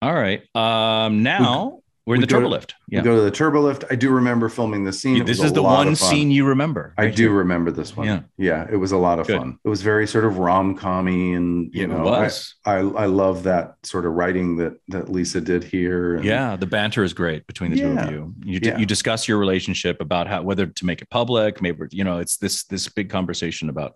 A: all right. Um, now we, are in
B: we
A: the
B: go
A: turbo
B: to-
A: lift. Yeah,
B: We go to the turbo lift. I do remember filming this scene. It
A: this
B: was a
A: is the
B: lot
A: one
B: of fun.
A: scene you remember.
B: I
A: right?
B: do remember this one.
A: Yeah.
B: Yeah. It was a lot of
A: Good.
B: fun. It was very sort of rom commy and you
A: Yeah,
B: know
A: it was.
B: I, I I love that sort of writing that that Lisa did here. and-
A: yeah, the banter is great between the two
B: Yeah.
A: of you. You, di-
B: Yeah.
A: you discuss your relationship about how whether to make it public, maybe you know it's this this big conversation about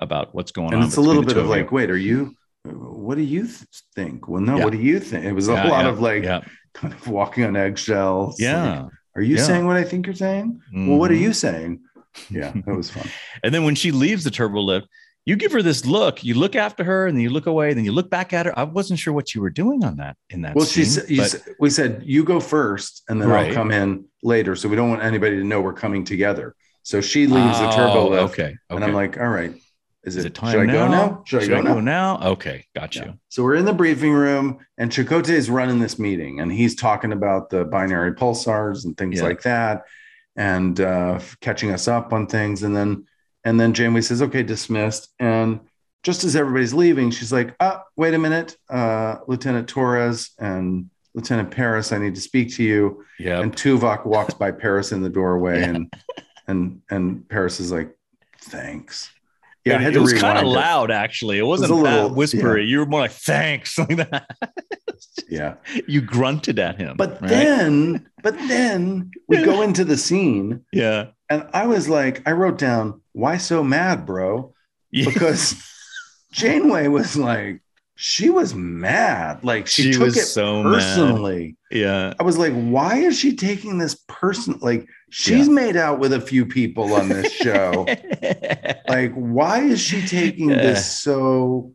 A: about what's going on.
B: And it's a
A: between
B: little
A: the
B: bit
A: two
B: of
A: you.
B: like, wait, are you what do you th- think? Well, no,
A: Yeah.
B: what do you think? It was a
A: Yeah,
B: lot
A: yeah,
B: of like
A: yeah,
B: kind of walking on eggshells.
A: yeah.
B: Like, are you
A: Yeah.
B: saying what I think you're saying? Well, what are
A: Mhm.
B: you saying? Yeah, that was fun.
A: And then when she leaves the turbo lift, you give her this look. You look after her, and then you look away, and then you look back at her. I wasn't sure what you were doing on that in that.
B: well, she
A: scene,
B: said, you
A: but-
B: s- we said you go first, and then
A: Right.
B: I'll come in later. So we don't want anybody to know we're coming together. So she leaves the turbo
A: Oh,
B: lift,
A: Okay, okay.
B: and I'm like, all right, is
A: is
B: it,
A: it time
B: should I
A: now?
B: go now? Should, I go now?
A: Okay, got
B: Yeah.
A: you.
B: So we're in the briefing room, and Chakotay is running this meeting, and he's talking about the binary pulsars and things
A: Yeah.
B: like that, and uh, catching us up on things. And then, and then Janeway says, "Okay, dismissed." And just as everybody's leaving, she's like, "Ah, wait a minute, uh, Lieutenant Torres and Lieutenant Paris, I need to speak to you."
A: Yeah.
B: And Tuvok walks by Paris in the doorway,
A: Yeah.
B: and and and Paris is like, "Thanks." Yeah, I
A: it,
B: had
A: it
B: to
A: was kind of
B: rewind it.
A: loud, actually. It
B: was
A: wasn't
B: a
A: that
B: little-
A: whispery. You were more like thanks, like that.
B: Yeah.
A: you grunted at him.
B: But
A: right?
B: then, but then we
A: Yeah.
B: go into the scene,
A: yeah,
B: and I was like, I wrote down, "Why so mad, bro?"
A: yeah.
B: Because Janeway was like, she was mad, like she,
A: She
B: took
A: was
B: it
A: so mad.
B: personally.
A: yeah,
B: I was like, why is she taking this person? Like she's made out with a few people on this show. like, why is she taking
A: Yeah.
B: this so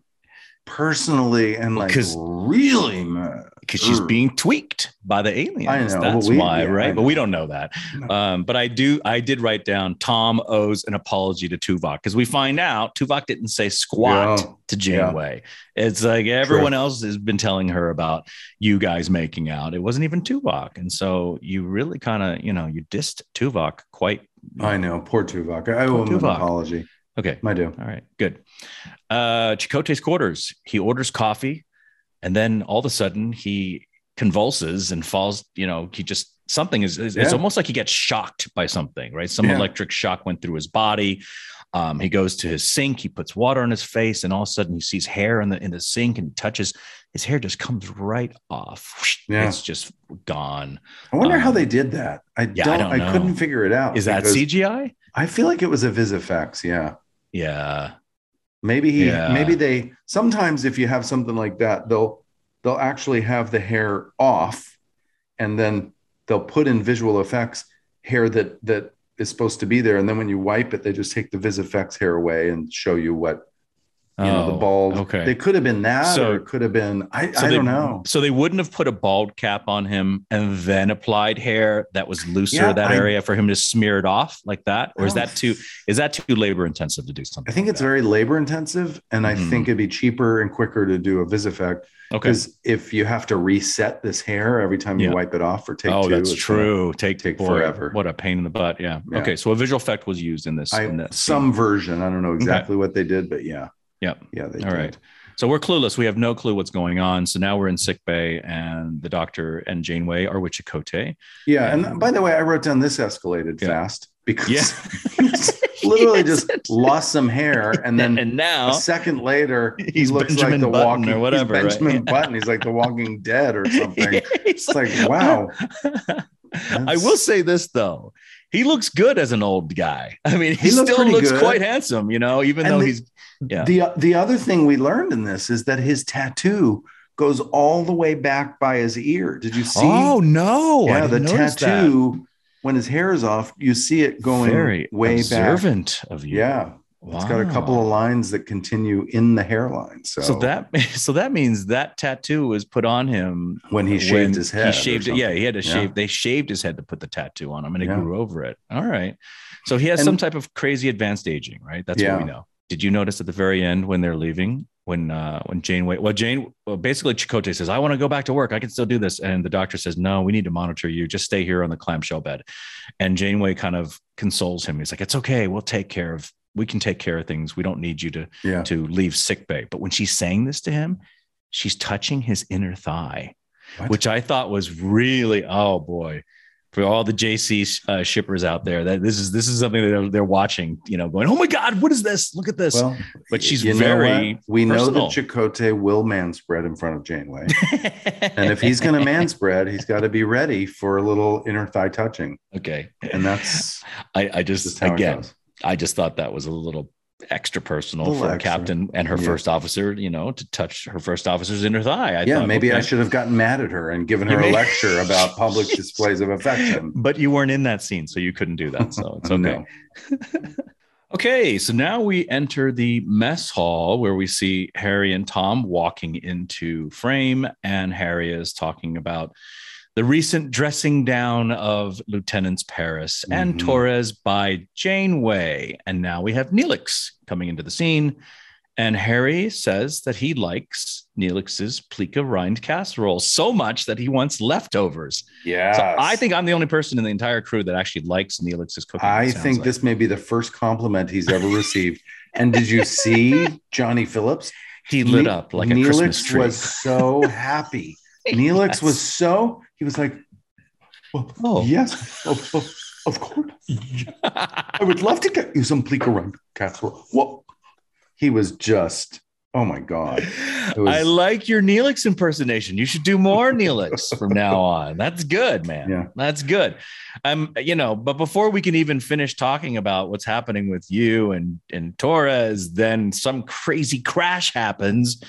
B: personally and like
A: 'Cause-
B: really mad?
A: because she's
B: Ugh.
A: being tweaked by the aliens.
B: Mm. I know,
A: That's
B: but we-
A: why,
B: yeah, I
A: right? But we
B: know.
A: don't know that.
B: No.
A: Um, but I do. I did write down Tom owes an apology to Tuvok because we find out Tuvok didn't say squat
B: Yeah.
A: to Janeway. It's like everyone else has been telling her about you guys making out. It wasn't even Tuvok, and so you really kind of, you know, you dissed Tuvok quite.
B: I know, poor Tuvok. I owe
A: Poor
B: him an
A: Tuvok.
B: apology.
A: Okay,
B: I do.
A: all right, good. Uh, Chakotay's quarters. He orders coffee, and then all of a sudden he convulses and falls. You know, he just something is. is- It's
B: Yeah.
A: almost like he gets shocked by something, right? Some
B: Yeah.
A: electric shock went through his body. Um, he goes to his sink. He puts water on his face, and all of a sudden he sees hair in the in the sink and touches. His hair just comes right off.
B: Yeah.
A: It's just gone.
B: I wonder how
A: Um,
B: they did that. I
A: yeah, I
B: don't. I,
A: don't know.
B: couldn't figure it out.
A: Is that
B: because
A: CGI?
B: I feel like it was a Visifex. Yeah.
A: Yeah.
B: Maybe he.
A: Yeah.
B: Maybe they. Sometimes if you have something like that, they'll they'll actually have the hair off, and then they'll put in visual effects hair that that is supposed to be there, and then when you wipe it, they just take the Visifex hair away and show you what you know the
A: Oh,
B: bald.
A: Okay.
B: They could have been that,
A: So-
B: or it could have been. I,
A: So
B: I
A: they-
B: don't know.
A: So they wouldn't have put a bald cap on him and then applied hair that was looser
B: Yeah,
A: that
B: I-
A: area for him to smear it off like that, or is
B: I don't
A: that too is that too labor intensive to do
B: I
A: something?
B: think
A: like
B: it's very labor intensive, and I
A: Mhm.
B: think it'd be cheaper and quicker to do a Visifex
A: that? okay.
B: because if you have to reset this hair every time you
A: Yeah.
B: wipe it off or take
A: Oh,
B: two,
A: that's
B: it's
A: true. take
B: take
A: boy,
B: forever.
A: What a pain in the butt. Yeah.
B: Yeah.
A: Okay. So a visual effect was used in this.
B: gonna-
A: in
B: I,
A: that scene.
B: some version. I don't know exactly what they did, but yeah,
A: Yep.
B: yeah, they
A: All
B: did.
A: right. So we're clueless. We have no clue what's going on. So now we're in sick bay, and the doctor and Janeway are with Chakotay.
B: Yeah, and
A: And-
B: by the way, I wrote down this escalated
A: Yeah.
B: fast because
A: Yeah.
B: he was- literally
A: Yes.
B: just lost some hair, and then
A: and
B: a
A: now
B: second later he
A: He's
B: looks
A: Benjamin
B: like the
A: Button
B: walking
A: or whatever, right?
B: He's Benjamin Button. He's like the Walking Dead or something.
A: it's
B: It's like wow.
A: I will say this though. He looks good as an old guy. I mean, he,
B: He looks
A: still
B: pretty
A: looks
B: good.
A: quite handsome, you know, even
B: And
A: though
B: the-
A: he's yeah.
B: The the other thing we learned in this is that his tattoo goes all the way back by his ear. Did you see?
A: Oh no. I
B: yeah, the
A: didn't notice that.
B: tattoo when his hair is off, you see it going
A: Very
B: way back.
A: observant of you.
B: Yeah,
A: Wow.
B: it's got a couple of lines that continue in the hairline. So,
A: so that so that means that tattoo was put on him
B: when he
A: when
B: shaved his head, or
A: He shaved it. Yeah, he had to
B: Yeah.
A: shave. They shaved his head to put the tattoo on him, and it
B: Yeah.
A: grew over it. All right. So he has
B: And-
A: some type of crazy advanced aging, right? That's what we
B: Yeah.
A: know. Did you notice at the very end when they're leaving, when uh, when Jane wait, well Jane, well, basically Chicote says, "I want to go back to work. I can still do this," and the doctor says, "No, we need to monitor you. Just stay here on the clamshell bed." And Janeway kind of consoles him. He's like, "It's okay. We'll take care of. We can take care of things. We don't need you to
B: something. Yeah,
A: to leave sick bay." But when she's saying this to him, she's touching his inner thigh
B: What?
A: which I thought was really oh boy for all the JC uh, shippers out there that this is this is something that they're, they're watching you know going oh my god what is this look at this
B: well,
A: but she's
B: you know
A: very
B: what? we know
A: personal.
B: that Chakotay will manspread in front of Janeway, and if he's going to manspread, he's got to be ready for a little inner thigh touching,
A: okay
B: and that's
A: I, I just
B: just how it
A: again
B: goes.
A: I just thought that was a little extra personal
B: Little
A: for a
B: extra.
A: captain and her
B: Yeah.
A: first officer you know to touch her first officer's inner thigh I
B: yeah,
A: thought,
B: maybe I
A: okay.
B: should have gotten mad at her and given
A: You
B: her a
A: may-
B: lecture about public displays of affection.
A: but you weren't in that scene so you couldn't do that so it's okay
B: No.
A: Okay, so now we enter the mess hall where we see Harry and Tom walking into frame, and Harry is talking about the recent dressing down of Lieutenants Paris and
B: Mhm.
A: Torres by Janeway. And now we have Neelix coming into the scene, and Harry says that he likes Neelix's plica rind casserole so much that he wants leftovers.
B: Yeah.
A: So I think I'm the only person in the entire crew that actually likes Neelix's cooking. it
B: I
A: sounds
B: think
A: like.
B: this may be the first compliment he's ever received. and did you see Johnny Phillips?
A: He lit
B: Ne-
A: up like a
B: Neelix
A: Christmas tree.
B: was so happy. Neelix was so he was like, well,
A: Oh.
B: yes, of, of, of course. I would love to get you some plica run casserole. Whoa. He was just, oh my God. was-
A: I like your Neelix impersonation. You should do more Neelix from now on. That's good, man.
B: Yeah.
A: That's good. Um, you know, but before we can even finish talking about what's happening with you and and Torres, then some crazy crash happens,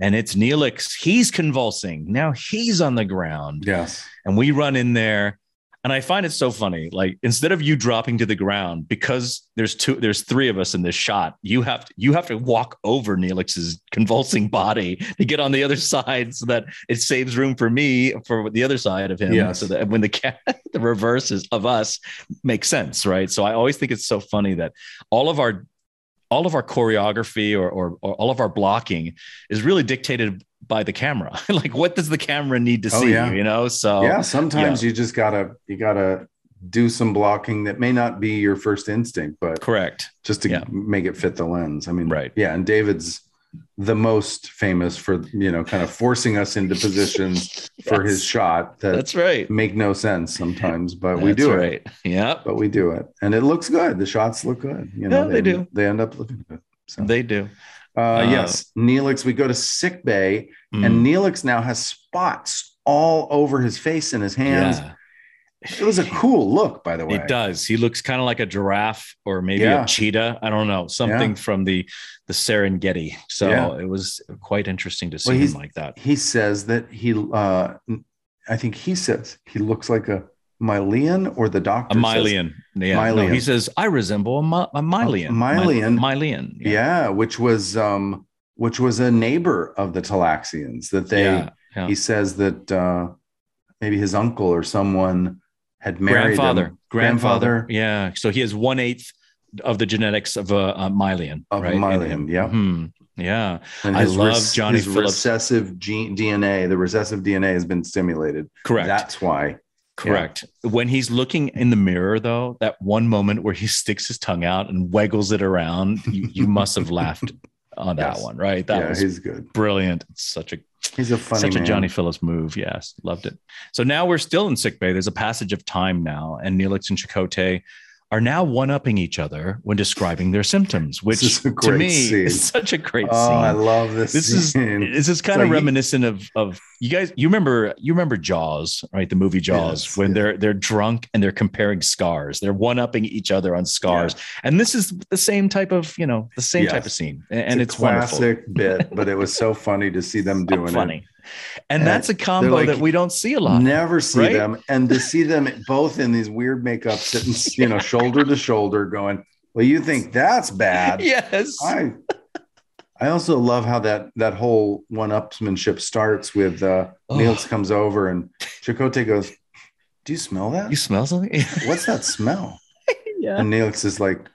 A: and it's Neelix. He's convulsing now. He's on the ground.
B: Yes.
A: and we run in there and i find it so funny like instead of you dropping to the ground because there's two there's three of us in this shot you have to you have to walk over neelix's convulsing body to get on the other side so that it saves room for me for the other side of him
B: Yes.
A: so that when the ca- the reverse is of us makes sense right so i always think it's so funny that all of our all of our choreography or, or, or all of our blocking is really dictated by the camera. like, what does the camera need to
B: Oh,
A: see?
B: yeah.
A: You know, so
B: yeah. Sometimes you just gotta, you gotta do some blocking that may not be your first instinct, but
A: correct.
B: just to
A: Yeah.
B: make it fit the lens. I mean,
A: Right.
B: Yeah, and David's the most famous for you know kind of forcing us into positions for his shot that
A: That's right.
B: make no sense sometimes, but we
A: That's
B: do it.
A: right. Yep.
B: But we do it, and it looks good. The shots look good. You know,
A: Yeah, they do.
B: They end up looking good. So
A: They do.
B: uh,
A: Uh, Hmm.
B: yes, Neelix. We go to sick bay,
A: Mm.
B: and Neelix now has spots all over his face and his hands.
A: yeah,
B: It was a cool look, by the way.
A: it does. He looks kind of like a giraffe or maybe
B: Yeah.
A: a cheetah. I don't know. Something
B: Yeah.
A: from the the Serengeti. So
B: Yeah.
A: it was quite interesting to see
B: Well,
A: him
B: he's-
A: like that.
B: he says that he uh i think he says he looks like a mylian or the
A: A
B: doctor says-
A: Mylian. Yeah. No,
B: Mylian.
A: he says, I resemble a, my, a Mylian.
B: Mylian.
A: My- Mylian.
B: yeah. which was um which was a neighbor of the Talaxians that they
A: Yeah. Yeah.
B: he says that uh maybe his uncle or someone had married
A: grandfather,
B: him,
A: grandfather,
B: Grandfather.
A: Yeah. So he has one eighth of the genetics of a, a Mylian.
B: of
A: right?
B: mylian yeah
A: Mhm. Yeah.
B: and
A: I love Johnny
B: his
A: Phillips.
B: recessive gene dna the recessive dna has been stimulated
A: Correct.
B: that's why
A: Correct. When he's looking in the mirror, though, that one moment where he sticks his tongue out and waggles it around, you, you must have laughed on that
B: Yes.
A: one, right? That
B: yeah
A: was
B: he's good
A: brilliant. It's such a
B: he's a funny
A: such
B: man.
A: a Johnny Phillips move. Yes, loved it. So now we're still in sick bay. There's a passage of time now, and Neelix and Chakotay are now one upping each other when describing their symptoms, which
B: is a
A: to
B: great
A: me
B: scene.
A: is such a great
B: oh, I
A: scene.
B: love this.
A: This is
B: scene.
A: this is kind
B: So
A: of
B: you-
A: reminiscent of of you guys. You remember you remember Jaws, right? The movie Jaws,
B: Yes,
A: when
B: yeah.
A: they're they're drunk and they're comparing scars. They're one upping each other on scars, and this is the same type of you know the same
B: Yes.
A: type of scene, and and
B: a
A: it's, wonderful,
B: classic bit, but it was so funny to see them doing
A: funny,
B: it.
A: and,
B: And
A: that's a combo
B: like,
A: that we don't see a lot.
B: Never see
A: right?
B: them, and to see them both in these weird makeup, sitting you know shoulder to shoulder, going, "Well, you think that's bad?
A: yes,
B: I." I also love how that that whole one-upsmanship starts with uh,
A: Oh.
B: Niels comes over and Chakotay goes, "Do you smell that?
A: you smell something?
B: What's that smell?"
A: yeah,
B: And Niels is like,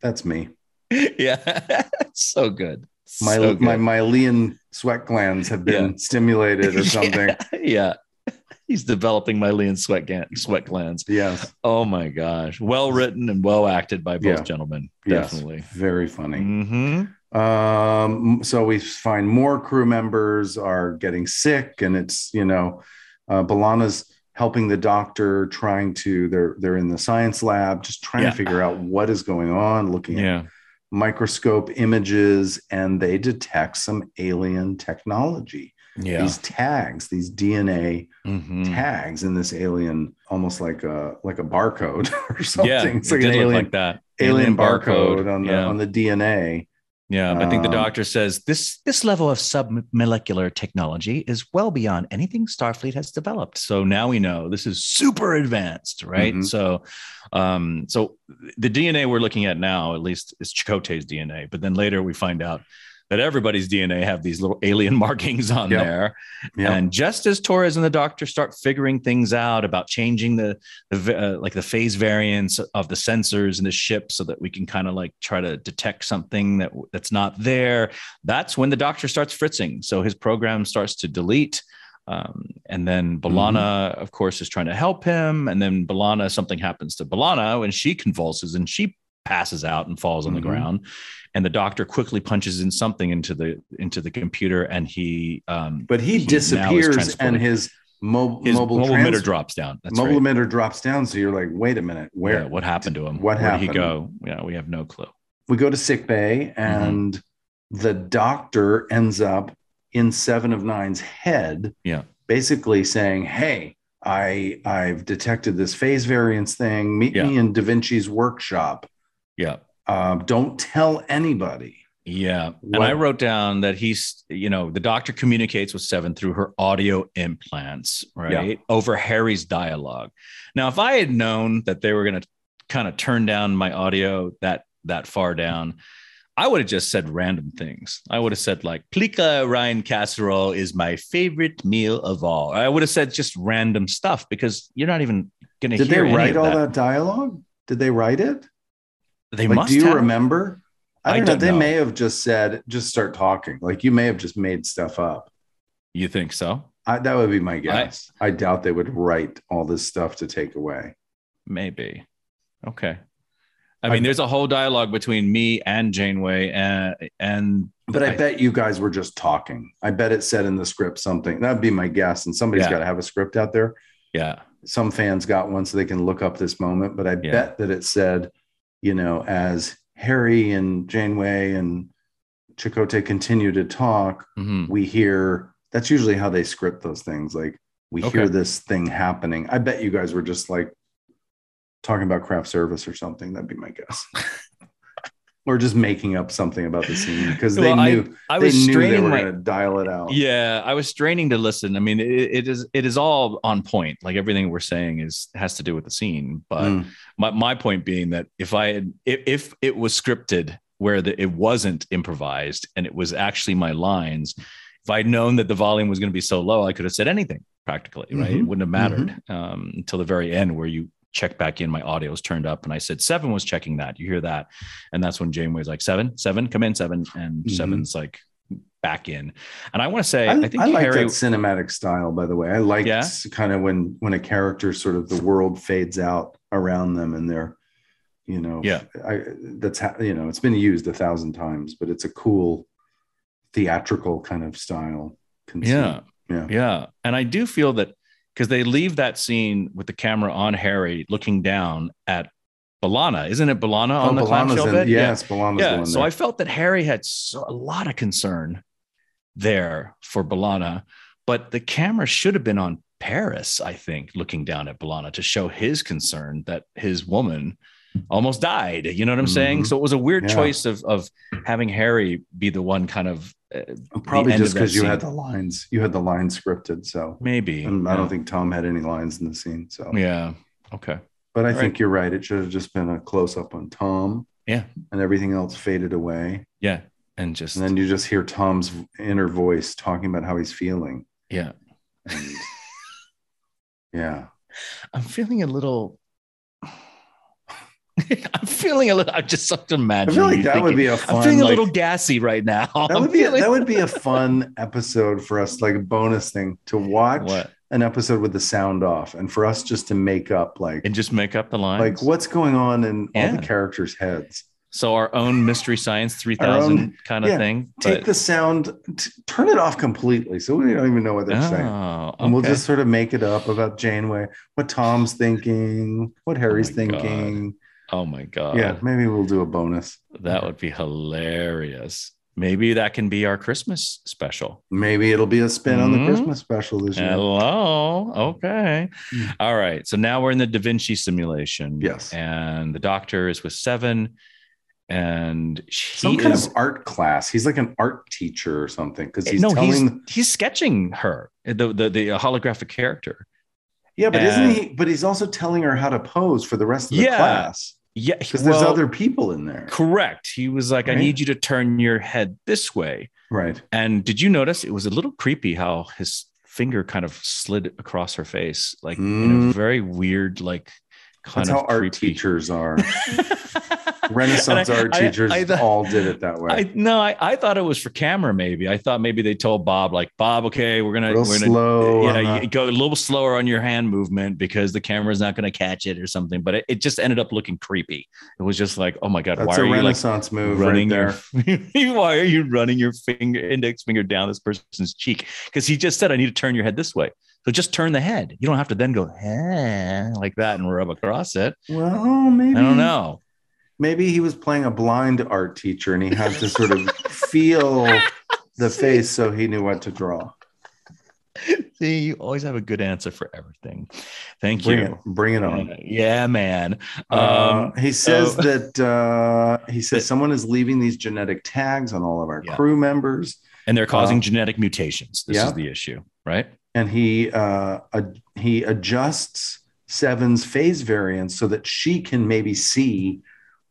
B: "That's me.
A: yeah, so good.
B: My
A: so
B: my
A: good.
B: myelian sweat glands have been stimulated or
A: Yeah.
B: something."
A: yeah. He's developing myelian sweat gan- sweat glands.
B: Yes.
A: Oh my gosh! Well written and well acted by both
B: Yeah.
A: gentlemen. Definitely.
B: Yes. Very funny.
A: hmm
B: Um, so we find more crew members are getting sick, and it's you know, uh, Balana's helping the doctor, trying to they're they're in the science lab, just trying
A: Yeah.
B: to figure out what is going on, looking at
A: Yeah.
B: microscope images, and they detect some alien technology.
A: Yeah.
B: These tags, these DNA
A: Mhm.
B: tags in this alien, almost like a like a barcode or something.
A: Yeah.
B: it's
A: it
B: like an
A: did look
B: alien
A: like that.
B: alien barcode on the
A: yeah.
B: on the DNA.
A: yeah. I think the
B: um,
A: doctor says this this level of submolecular technology is well beyond anything Starfleet has developed. So now we know this is super advanced, right?
B: Mhm.
A: So, um, so the DNA we're looking at now, at least, is Chakotay's DNA. But then later we find out that everybody's DNA have these little alien markings on
B: Yep.
A: there.
B: Yeah,
A: And just as Torres and the doctor start figuring things out about changing the, the v- uh, like the phase variance of the sensors in the ship so that we can kind of like try to detect something that that's not there, that's when the doctor starts fritzing. So his program starts to delete. Um, and then Balana, of course, is trying to help him. And then Balana, something happens to Balana and she convulses and she passes out and falls on the
B: Mhm.
A: ground. And the doctor quickly punches in something into the into the computer and he um,
B: but he,
A: he now is
B: disappears
A: transported.
B: and his, mo-
A: his
B: mobile
A: mobile,
B: trans-
A: emitter drops down. That's
B: mobile
A: right.
B: emitter drops down. So you're like, wait a minute, where?
A: Yeah, what happened to him?
B: What
A: Where did
B: happened?
A: he go? Yeah, we have no clue.
B: We go to sick bay,
A: Mm-hmm.
B: and the doctor ends up in Seven of Nine's head.
A: Yeah.
B: basically saying, hey. I I've detected this phase variance thing. Meet me in Da Vinci's workshop.
A: Yeah.
B: Uh, don't tell anybody.
A: Yeah. And
B: What-
A: I wrote down that he's, you know, the doctor communicates with Seven through her audio implants, right? Over Harry's dialogue. Now, if I had known that they were going to kind of turn down my audio that that far down, I would have just said random things. I would have said like plika Ryan casserole is my favorite meal of all. I would have said just random stuff because you're not even going to hear
B: Did they
A: any
B: write
A: of
B: all
A: that.
B: that dialogue? Did they write it?
A: They
B: like,
A: must
B: do you
A: have.
B: remember? I
A: I
B: don't,
A: don't
B: know. They
A: know.
B: may have just said, just start talking. Like you may have just made stuff up.
A: You think so?
B: I, that would be my guess. I, doubt they would write all this stuff to take away.
A: Maybe. Okay. I
B: I-
A: mean, there's a whole dialogue between me and Janeway, and and
B: But I,
A: I-
B: bet you guys were just talking. I bet it said in the script something. That'd be my guess. And somebody's
A: Yeah.
B: got to have a script out there.
A: yeah,
B: Some fans got one so they can look up this moment. But I
A: Yeah.
B: bet that it said, you know, as Harry and Janeway and Chakotay continue to talk,
A: Mhm.
B: we hear that's usually how they script those things like we hear
A: Okay.
B: this thing happening i bet you guys were just like talking about craft service or something that'd be my guess or just making up something about the scene because they
A: Well, I-
B: knew
A: I
B: they
A: was
B: knew they
A: straining
B: were
A: my
B: going to dial it out
A: yeah, I was straining to listen. I mean, it, it is it is all on point. Like everything we're saying is has to do with the scene. But
B: Mm.
A: my my point being that if I had, if, if it was scripted where the, it wasn't improvised and it was actually my lines, if I'd known that the volume was going to be so low, I could have said anything practically, right? It
B: Mhm.
A: wouldn't have mattered um, until the very end where you check back in. My audio was turned up and I said seven was checking that. You hear that, and that's when Janeway's like seven, seven, come in seven, and
B: Mhm.
A: seven's like back in. And I want to say,
B: I,
A: I,
B: I,
A: think
B: like
A: Harry.
B: that cinematic style by the way i like
A: Yeah?
B: kind of when when a character sort of the world fades out around them and they're you know
A: Yeah.
B: I, that's how you know it's been used a thousand times but it's a cool theatrical kind of style conceit.
A: Yeah.
B: Yeah.
A: Yeah. And I do feel that because they leave that scene with the camera on Harry looking down at Balana, isn't it? Balana Oh, on the
B: Balana's
A: clamshell
B: Oh, in-
A: bed.
B: Yes, Balana's the
A: yeah.
B: one
A: So
B: there.
A: I felt that Harry had so, a lot of concern there for Balana, but the camera should have been on Paris, I think, looking down at Balana to show his concern that his woman almost died. You know what I'm saying?
B: Mhm.
A: So it was a weird
B: Yeah.
A: choice of of having Harry be the one kind of uh,
B: Probably
A: end
B: just
A: of that
B: because you
A: scene.
B: had the lines, you had the lines scripted. So
A: maybe.
B: and I
A: yeah.
B: don't think Tom had any lines in the scene. So,
A: Yeah. Okay.
B: but I
A: Right.
B: think you're right. It should have just been a close up on Tom.
A: Yeah.
B: And everything else faded away.
A: Yeah. And just
B: And then you just hear Tom's inner voice talking about how he's feeling.
A: yeah.
B: And yeah.
A: I'm feeling a little. I'm feeling a little. I'm just such
B: I
A: imagining.
B: feel like
A: you
B: that would
A: thinking-
B: be a fun.
A: I'm feeling a
B: like-
A: little gassy right now.
B: that would be that would be a fun episode for us, like a bonus thing to watch
A: What?
B: an episode with the sound off, and for us just to make up like
A: and just make up the lines.
B: like what's going on in all
A: Yeah.
B: the characters' heads.
A: So our own mystery science three thousand kind of
B: yeah,
A: thing.
B: Take
A: but-
B: the sound, t- turn it off completely, so we don't even know what they're saying, and
A: Oh,
B: we'll
A: okay.
B: just sort of make it up about Janeway, what Tom's thinking, what Harry's
A: Oh my God.
B: thinking.
A: Oh my god.
B: yeah, maybe we'll do a bonus.
A: That would be hilarious. Maybe that can be our Christmas special.
B: Maybe it'll be a spin on the
A: Mhm.
B: Christmas special this year.
A: Hello. Okay.
B: Mm.
A: All right. So now we're in the Da Vinci simulation.
B: Yes.
A: And the doctor is with seven. And he
B: Some kind
A: is
B: of art class. He's like an art teacher or something because he's
A: no,
B: telling.
A: he's he's sketching her, the the, the uh, holographic character.
B: Yeah, but
A: And-
B: isn't he? But he's also telling her how to pose for the rest of the
A: Yeah.
B: class
A: Yeah,
B: because there's
A: well,
B: other people in there,
A: correct. He was like, I
B: Right.
A: need you to turn your head this way.
B: right?
A: And did you notice it was a little creepy how his finger kind of slid across her face, like in a
B: Mm.
A: very weird, like kind
B: That's
A: of
B: how art
A: creepy.
B: teachers are.
A: Renaissance
B: Renaissance art teachers all did it that way.
A: I no, I, I thought it was for camera. Maybe I thought maybe they told Bob like Bob, okay, we're gonna
B: Real
A: we're gonna eh,
B: slow. uh-huh.
A: yeah,
B: on
A: you
B: the-
A: go a little slower on your hand movement because the camera's not gonna catch it or something. But it, it just ended up looking creepy. It was just like, oh my god, why
B: that's
A: are
B: a
A: you like
B: Renaissance move right
A: running
B: there.
A: your why are you running your finger index finger down this person's cheek? Because he just said, I need to turn your head this way. So just turn the head. You don't have to then go eh, like that and rub across it.
B: Well, oh, maybe
A: I don't know.
B: Maybe he was playing a blind art teacher and he had to sort of feel the face so he knew what to draw.
A: See, you always have a good answer for everything. Thank
B: Bring
A: you.
B: it, bring it on.
A: Yeah, man.
B: Uh,
A: Um,
B: he says
A: so-
B: that uh, he says
A: That-
B: someone is leaving these genetic tags on all of our
A: Yeah.
B: crew members,
A: and they're causing
B: uh,
A: genetic mutations. This
B: yeah.
A: is the issue, right?
B: and he uh, ad- he adjusts Seven's phase variance so that she can maybe see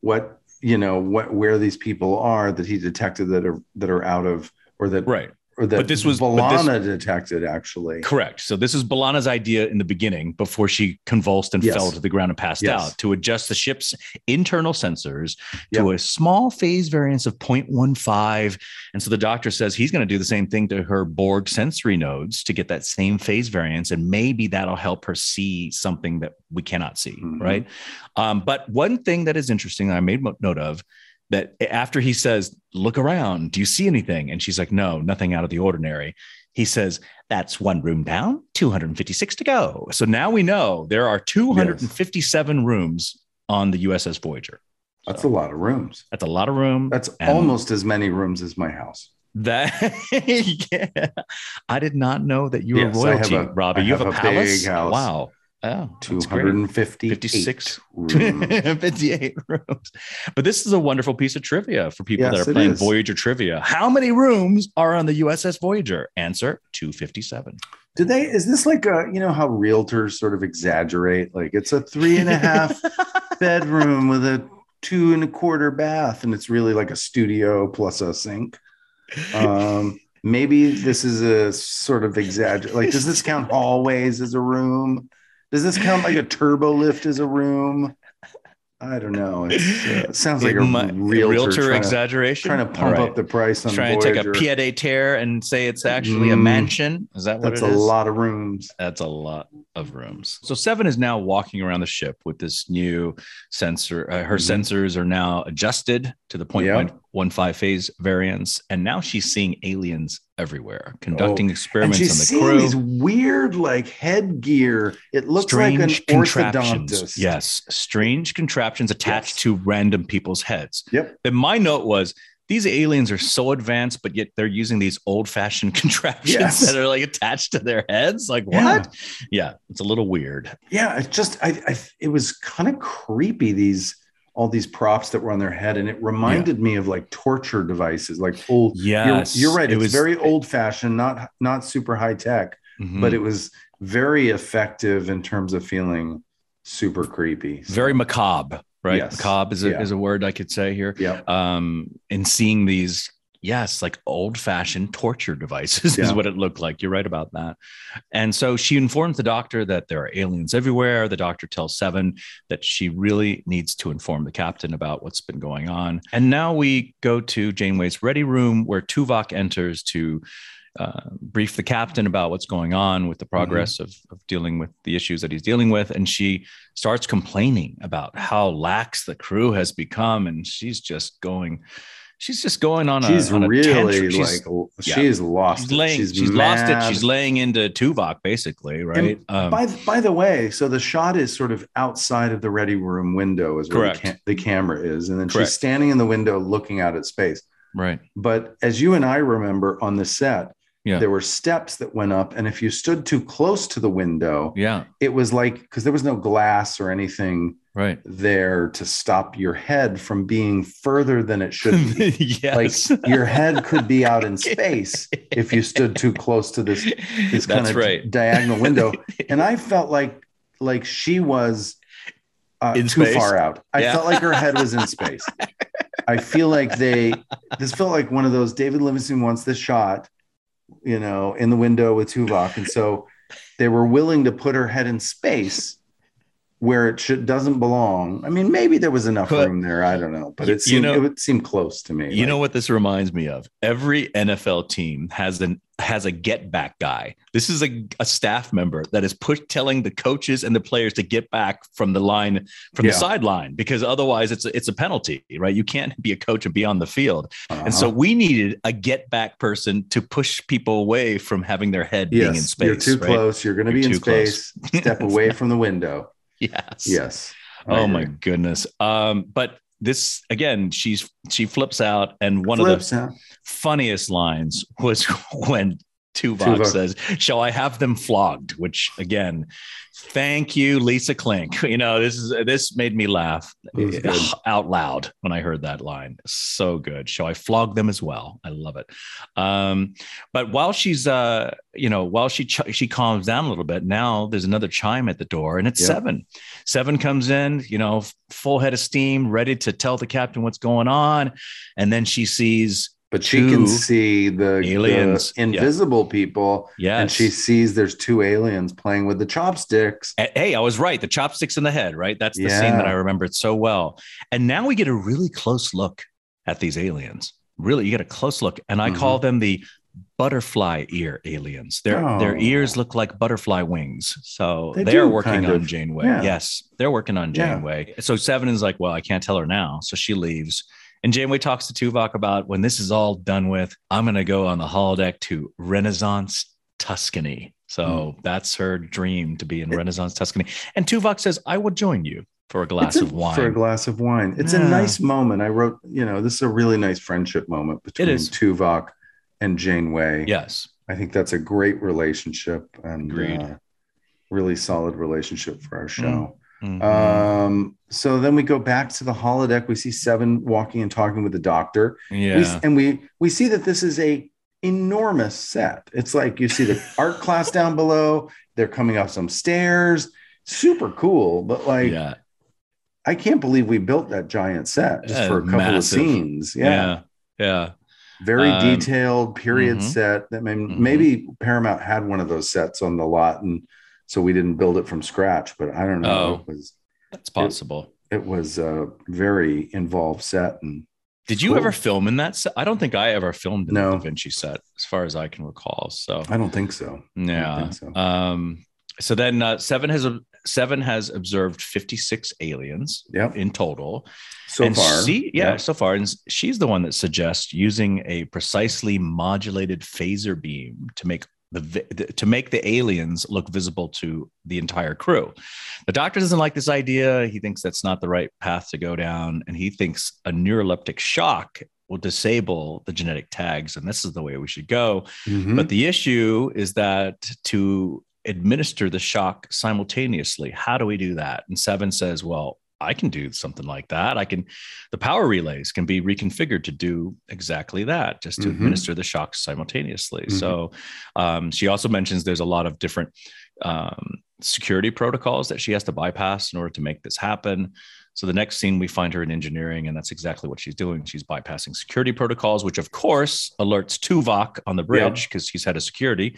B: what you know what where these people are that he detected that are that are out of or that
A: Right.
B: or that
A: But this was- but this-
B: Valana detected actually.
A: Correct. So this is Balana's idea in the beginning before she convulsed and
B: Yes.
A: fell to the ground and passed
B: Yes.
A: out to adjust the ship's internal sensors to a small phase variance of 0.15. And so the doctor says he's going to do the same thing to her Borg sensory nodes to get that same phase variance. And maybe that'll help her see something that we cannot see.
B: Mhm.
A: Right. Um, but one thing that is interesting that I made mo- note of that after he says, Look around, do you see anything? And she's like, No, nothing out of the ordinary. He says, That's one room down, 256 to go. So now we know there are 257 rooms on the USS Voyager.
B: That's
A: So
B: a lot of rooms.
A: that's a lot of room.
B: That's
A: And-
B: almost as many rooms as my house.
A: That yeah. I did not know that you were
B: Yes, I have
A: royalty,
B: a-
A: Robbie.
B: I
A: you have,
B: have
A: a
B: a
A: palace.
B: big house.
A: Wow. Oh,
B: Two
A: that's
B: hundred
A: great.
B: and
A: 56.
B: fifty-six rooms.
A: 58 rooms. But this is a wonderful piece of trivia for people
B: Yes,
A: that are
B: it
A: playing
B: is.
A: Voyager trivia. How many rooms are on the USS Voyager? Answer 257.
B: Do they? Is this like a you know how realtors sort of exaggerate? Like it's a three and a half bedroom with a two and a quarter bath, and it's really like a studio plus a sink. Um, maybe this is a sort of exaggerate. Like, does this count hallways as a room? Does this count like a turbo lift as a room? I don't know. It's, uh, it sounds like
A: It
B: a
A: might-
B: realtor, trying, to,
A: exaggeration.
B: trying to pump
A: All right.
B: up the price on
A: trying
B: Voyager.
A: to take a pied a terre and say it's actually a
B: Mm.
A: mansion. Is that what
B: That's
A: it
B: a
A: is?
B: lot of rooms.
A: That's a lot of rooms. So Seven is now walking around the ship with this new sensor. Uh, her
B: Mhm.
A: sensors are now adjusted to the point
B: Yeah.
A: one- one five phase variants, and now she's seeing aliens everywhere, conducting
B: Oh. And
A: experiments on
B: she's
A: the
B: seeing
A: crew.
B: these weird, like headgear. It looks like an orthodontist.
A: Yes, strange contraptions attached
B: Yes.
A: to random people's heads.
B: Yep.
A: And my note was these aliens are so advanced, but yet they're using these old fashioned contraptions
B: Yes.
A: that are like attached to their heads. Like,
B: Yeah.
A: what? Yeah, it's a little weird.
B: Yeah. It's just, I, I, it was kind of creepy. These, all these props that were on their head. And it reminded me of like torture devices, like old.
A: Yes.
B: You're, you're right. It
A: It Hmm.
B: was
A: was-
B: very old fashioned, not, not super high tech,
A: Mm-hmm.
B: but it was very effective in terms of feeling super creepy. So,
A: very macabre, right?
B: Yes.
A: Macabre is a,
B: Yeah.
A: is a word I could say here.
B: yeah.
A: Um, and seeing these, yes, like old fashioned torture devices
B: Yeah.
A: is what it looked like. You're right about that. And so she informs the doctor that there are aliens everywhere. The doctor tells Seven that she really needs to inform the captain about what's been going on. And now we go to Janeway's ready room where Tuvok enters to uh, brief the captain about what's going on with the progress of, of dealing with the issues that he's dealing with. And she starts complaining about how lax the crew has become. And she's just going, she's just going on
B: She's
A: a, on a
B: really
A: tantrum. She's-
B: like, l-
A: yeah.
B: she's lost.
A: She's
B: it.
A: laying. She's, lost it.
B: mad.
A: She's laying into Tuvok, basically, right? Um,
B: by, th- by the way, so the shot is sort of outside of the ready room window, is where the,
A: Correct.
B: ca- the camera is. And then
A: Correct.
B: she's standing in the window looking out at space.
A: right.
B: But as you and I remember on the set,
A: Yeah.
B: there were steps that went up. And if you stood too close to the window,
A: Yeah.
B: it was like, because there was no glass or anything
A: Right.
B: there to stop your head from being further than it should be.
A: yes.
B: Like your head could be out in space if you stood too close to this this kind
A: That's
B: of
A: right.
B: diagonal window. and I felt like like she was uh,
A: In
B: too
A: space.
B: far out. I
A: Yeah.
B: felt like her head was in space. I feel like they this felt like one of those David Livingston wants this shot, you know, in the window with Tuvok, and so they were willing to put her head in space. Where it should, doesn't belong. I mean, maybe there was enough
A: But-
B: room there. I don't know, but
A: You-
B: it
A: you
B: seemed,
A: know-
B: it would seem close to me.
A: You
B: like-
A: know what this reminds me of? Every NFL team has an has a get back guy. This is a, a staff member that is push telling the coaches and the players to get back from the line from
B: Yeah.
A: the sideline because otherwise it's a, it's a penalty, right? You can't be a coach and be on the field.
B: Uh-huh.
A: And so we needed a get back person to push people away from having their head being in space.
B: You're too
A: right?
B: close. You're going to
A: You're
B: be
A: too
B: in
A: close.
B: space. Step away from the window.
A: Yes.
B: Yes. I
A: Oh my
B: agree.
A: goodness. Um, but this again, she's she flips out, and one of the
B: Flips out.
A: funniest lines was when Tuvok,
B: Tuvok.
A: says, "Shall I have them flogged?" Which again, thank you, Lisa Klink. You know, this is this made me laugh
B: It was good.
A: out loud when I heard that line. So good. Shall I flog them as well? I love it. Um, but while she's, uh, you know, while she ch- she calms down a little bit, now there's another chime at the door, and it's
B: Yeah.
A: seven. Seven comes in, you know, f- full head of steam, ready to tell the captain what's going on, and then she sees
B: But she can
A: two
B: see the the
A: aliens. Yeah.
B: invisible people,
A: Yes.
B: and she sees there's two aliens playing with the chopsticks.
A: A- Hey, I was right. The chopsticks in the head, right? That's the scene that
B: Yeah.
A: I remembered so well. And now we get a really close look at these aliens. Really, you get a close look. And I call
B: Mm-hmm.
A: them the butterfly ear aliens. Their their
B: Oh.
A: ears look like butterfly wings. So
B: They
A: they are
B: do,
A: working
B: kind
A: on
B: of.
A: Janeway.
B: Yeah.
A: Yes, they're working on
B: Yeah.
A: Janeway. So Seven is like, well, I can't tell her now. So she leaves. And Janeway talks to Tuvok about when this is all done with, I'm going to go on the holodeck to Renaissance Tuscany. So that's her dream to be in
B: Hmm. It-
A: Renaissance Tuscany. And Tuvok says, I will join you for a glass
B: It's a-
A: of wine.
B: for a glass of wine. It's
A: Yeah.
B: a nice moment. I wrote, you know, this is a really nice friendship moment between
A: is.
B: Tuvok and Janeway.
A: yes.
B: I think that's a great relationship and
A: Agreed.
B: uh, really solid relationship for our show.
A: Mhm.
B: Um, so then we go back to the holodeck. We see Seven walking and talking with the doctor,
A: yeah.
B: We s- and we we see that this is a enormous set. It's like you see the art class down below. They're coming up some stairs. Super cool, but like
A: yeah.
B: I can't believe we built that giant set just
A: Yeah,
B: for a couple
A: massive.
B: of scenes.
A: Yeah.
B: Yeah,
A: Yeah.
B: very
A: Um,
B: detailed period
A: mhm.
B: set. I mean,
A: Mhm.
B: maybe Paramount had one of those sets on the lot, and so we didn't build it from scratch. But I don't know.
A: Oh.
B: It was
A: That's possible.
B: it was a very involved set and
A: Did you
B: Cool.
A: ever film in that set? I don't think I ever filmed in
B: No.
A: the Da Vinci set, as far as I can recall. So
B: I don't think so.
A: Yeah.
B: think so.
A: Um, so then uh, Seven has a, Seven has observed 56 aliens
B: Yep.
A: in total.
B: So
A: And
B: far.
A: she- yeah,
B: Yep.
A: so far. And s- she's the one that suggests using a precisely modulated phaser beam to make the vi- the- to make the aliens look visible to the entire crew. The doctor doesn't like this idea. He thinks that's not the right path to go down, and he thinks a neuroleptic shock will disable the genetic tags, and this is the way we should go.
B: Mhm.
A: But the issue is that to administer the shock simultaneously, how do we do that? And Seven says, well, I can do something like that. I can, the power relays can be reconfigured to do exactly that, just to
B: Mhm.
A: administer the shock simultaneously. So um, she also mentions there's a lot of different um, security protocols that she has to bypass in order to make this happen. So the next scene, we find her in engineering, and that's exactly what she's doing. She's bypassing security protocols, which of course alerts Tuvok on the bridge because he's head of security,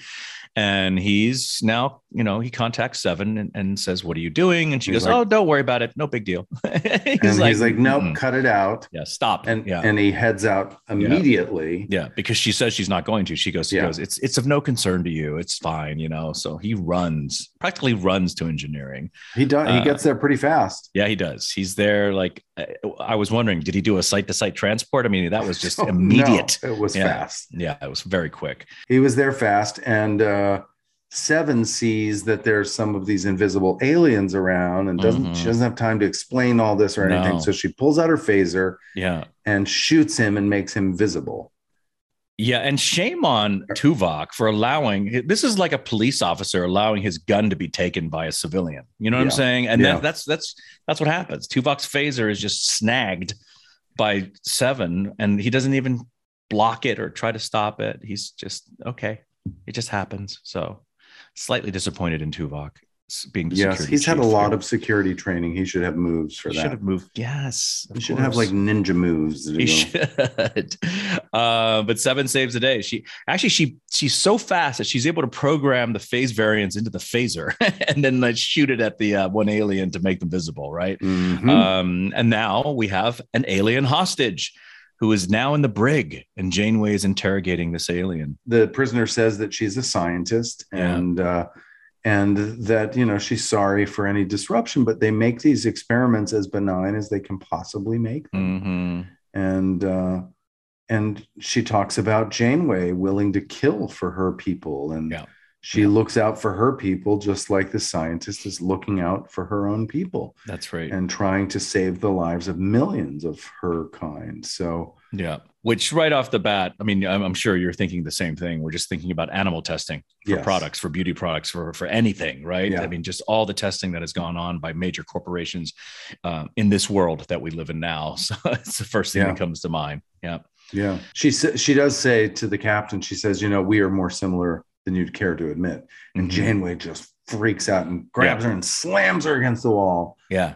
A: and he's now, you know, he contacts Seven and, and says, "What are you doing?" And she
B: He's
A: goes,
B: like-
A: "Oh, don't worry about it. No big deal." he's,
B: and he's like, nope,
A: "Mm-mm.
B: cut it out.
A: yeah, stop."
B: And
A: yeah,
B: and he heads out immediately.
A: yeah, because she says she's not going to. She goes, she
B: Yeah.
A: goes, it's it's of no concern to you. It's fine, you know. So he runs, practically runs to engineering.
B: He does.
A: Uh,
B: he gets there pretty fast.
A: Yeah, he does. He's there. Like I- I was wondering, did he do a site to site transport? I mean, that was just
B: So, Oh, no,
A: immediate.
B: it was
A: Yeah.
B: fast.
A: Yeah, it was very quick.
B: He was there fast, and uh, Seven sees that there's some of these invisible aliens around, and doesn't
A: Mhm.
B: she doesn't have time to explain all this or anything.
A: No.
B: So she pulls out her phaser
A: Yeah.
B: and shoots him and makes him visible.
A: Yeah, and shame on Tuvok for allowing this is like a police officer allowing his gun to be taken by a civilian. You know what I'm
B: Yeah.
A: saying? And
B: Yeah.
A: that, that's that's that's what happens. Tuvok's phaser is just snagged by seven, and he doesn't even block it or try to stop it. He's just okay. It just happens. So slightly disappointed in Tuvok s- being. the
B: Yes,
A: security
B: he's had a
A: chief
B: lot
A: here.
B: of security training. He should have moves for
A: He should
B: that.
A: have moved. Yes, of
B: He should have
A: course.
B: like ninja moves. to
A: He
B: go.
A: should. Uh, but seven saves a day. She actually she she's so fast that she's able to program the phase variance into the phaser and then like shoot it at the uh, one alien to make them visible, right?
B: Mhm.
A: Um, and now we have an alien hostage who is now in the brig, and Janeway is interrogating this alien.
B: the prisoner says that she's a scientist
A: Yeah.
B: and uh, and that you know she's sorry for any disruption, but they make these experiments as benign as they can possibly make them.
A: Mhm.
B: And uh, and she talks about Janeway willing to kill for her people, and
A: Yeah.
B: she
A: Yeah.
B: looks out for her people just like the scientist is looking out for her own people
A: That's right.
B: and trying to save the lives of millions of her kind. So
A: Yeah. Which right off the bat, I mean, I'm, I'm sure you're thinking the same thing. We're just thinking about animal testing. for
B: yes.
A: products, for beauty products, for for anything, right?
B: Yeah.
A: I mean, just all the testing that has gone on by major corporations um, in this world that we live in now. So it's the first thing
B: Yeah.
A: that comes to mind. Yeah,
B: Yeah. She sa- she does say to the captain, she says, you know, we are more similar than you'd care to admit. And
A: Mhm.
B: Janeway just freaks out and grabs her and slams her against the wall.
A: yeah,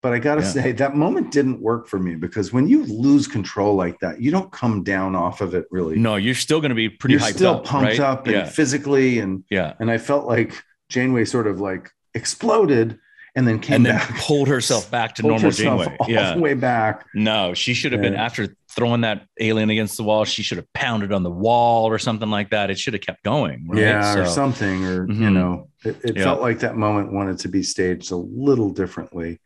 B: But I gotta
A: Yeah.
B: say, that moment didn't work for me because when you lose control like that, you don't come down off of it really.
A: no, you're still going to be pretty
B: You're
A: hyped
B: still
A: up,
B: pumped
A: right?
B: up and
A: yeah,
B: physically, and
A: yeah,
B: and I felt like Janeway sort of like exploded and then came
A: and then
B: back,
A: pulled herself back to
B: pulled
A: normal
B: herself
A: Janeway.
B: all
A: Yeah,
B: the way back.
A: no, she should have been
B: Yeah.
A: after throwing that alien against the wall. She should have pounded on the wall or something like that. It should have kept going. Right?
B: yeah or
A: So-
B: something or you
A: Mhm.
B: know it, it
A: Yeah.
B: felt like that moment wanted to be staged a little differently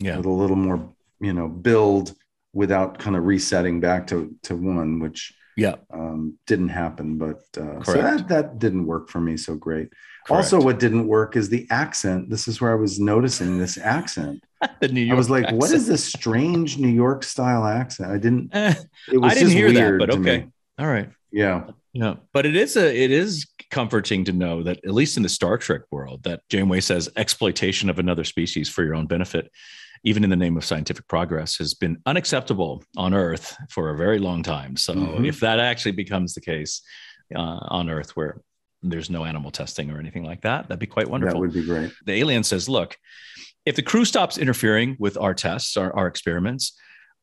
A: Yeah.
B: with a little more you know build without kind of resetting back to to one which
A: Yeah.
B: um, didn't happen but uh, so
A: Correct.
B: that that didn't work for me so great
A: Correct.
B: also what didn't work is the accent this is where i was noticing this accent
A: the New
B: i
A: York
B: was like what
A: accent.
B: is this strange new york style accent i didn't
A: Eh,
B: it was
A: I didn't
B: just
A: hear that,
B: weird
A: but
B: to me.
A: okay. all right.
B: yeah
A: Yeah, but it is a it is comforting to know that at least in the Star Trek world, that Janeway says exploitation of another species for your own benefit, even in the name of scientific progress, has been unacceptable on Earth for a very long time. So
B: Mhm.
A: if that actually becomes the case uh, on Earth, where there's no animal testing or anything like that, that'd be quite
B: that
A: wonderful
B: would be great
A: the alien says, "Look, if the crew stops interfering with our tests, our, our experiments,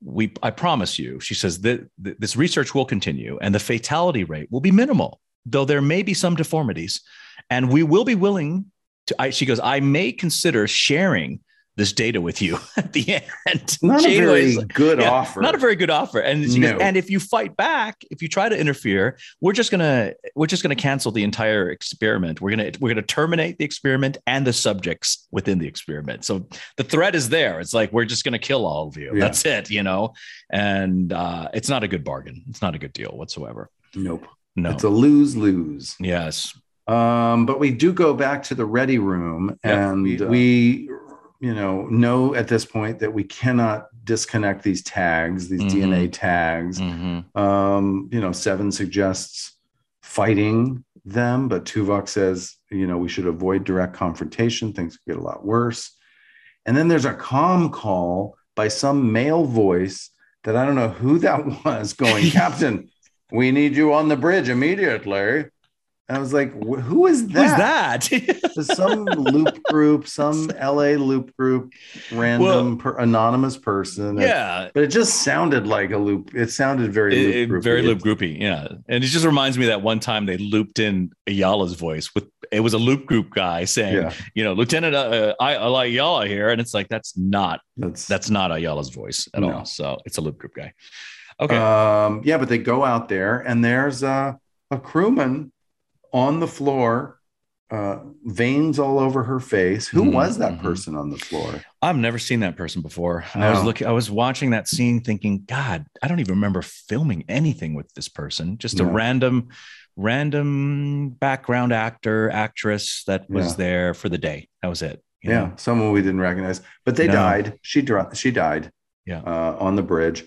A: we I promise you," she says, that th- "this research will continue, and the fatality rate will be minimal, though there may be some deformities, and we will be willing to." I, she goes, "I may consider sharing." this data with you at the end.
B: Not a
A: Janeway
B: very
A: is like,
B: good
A: yeah,
B: offer.
A: Not a very good offer. And she goes,
B: No.
A: and if you fight back, if you try to interfere, we're just gonna we're just gonna cancel the entire experiment. We're gonna we're gonna terminate the experiment and the subjects within the experiment. So the threat is there. It's like we're just gonna kill all of you.
B: Yeah.
A: That's it, you know. And uh, it's not a good bargain. It's not a good deal whatsoever.
B: nope.
A: No.
B: It's a lose lose.
A: yes.
B: Um, but we do go back to the ready room,
A: Yeah,
B: and
A: we,
B: we,
A: uh,
B: you know, know at this point that we cannot disconnect these tags, these
A: Mhm.
B: DNA tags.
A: Mhm.
B: Um, you know, Seven suggests fighting them, but Tuvok says, you know, we should avoid direct confrontation. Things could get a lot worse. And then there's a com call by some male voice that I don't know who that was going, Captain, we need you on the bridge immediately. And I was like, wh- who is
A: Who's
B: that?
A: that?
B: There's some loop group, some LA loop group, random per- anonymous person.
A: yeah.
B: But it just sounded like a loop. It sounded very
A: It-
B: loop
A: it-
B: group.
A: very loop groupy, yeah. And it just reminds me that one time they looped in Ayala's voice with it was a loop group guy saying,
B: Yeah,
A: you know, Lieutenant uh, uh, I, I- Ayala here, and it's like that's not
B: that's
A: that's not Ayala's voice at
B: No.
A: all. So it's a loop group guy. Okay,
B: Um, yeah, but they go out there and there's a, a crewman on the floor, uh, veins all over her face. Who
A: Mhm,
B: was that
A: mhm.
B: person on the floor?
A: I've never seen that person before. I was
B: No.
A: looking, I was watching that scene, thinking, God, I don't even remember filming anything with this person. Just a
B: No.
A: random, random background actor, actress that was
B: Yeah.
A: there for the day. That was it. you
B: Yeah,
A: know?
B: someone we didn't recognize. But they
A: No.
B: died. She dri- she died.
A: Yeah.
B: uh, on the bridge.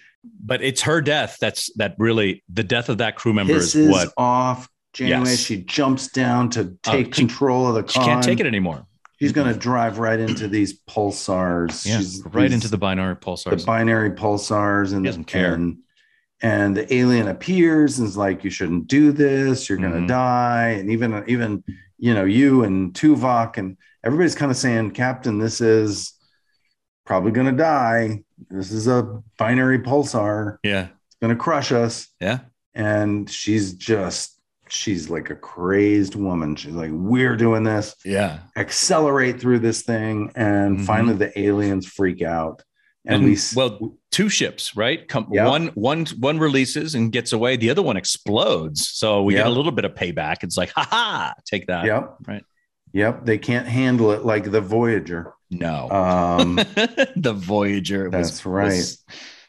A: But it's her death that's that really the death of that crew member
B: Pisses
A: is what
B: off Janeway.
A: Yes.
B: She jumps down to
A: Oh,
B: take
A: she-
B: control of the
A: she
B: con.
A: can't take it anymore.
B: She's going to drive right into these pulsars.
A: Yeah,
B: She's,
A: right
B: these-
A: into the binary
B: the
A: pulsars.
B: binary pulsars and
A: He doesn't care.
B: And, and the alien appears and is like, "You shouldn't do this. You're
A: Mhm.
B: gonna die." And even even you know you and Tuvok and everybody's kind of saying, "Captain, this is probably gonna die. This is a binary pulsar.
A: yeah,
B: It's gonna crush us."
A: yeah.
B: And she's just she's like a crazed woman. She's like, "We're doing this.
A: Yeah.
B: Accelerate through this thing." And
A: Mhm.
B: finally, the aliens freak out. Mm-hmm. And,
A: And
B: we s-
A: Well, two ships, right? Come
B: Yeah.
A: one one one releases and gets away, the other one explodes. So we get
B: Yeah.
A: a little bit of payback. It's like, ha ha, take that.
B: Yep.
A: right.
B: Yep. They can't handle it like the Voyager.
A: No.
B: Um,
A: the Voyager was,
B: that's right.
A: was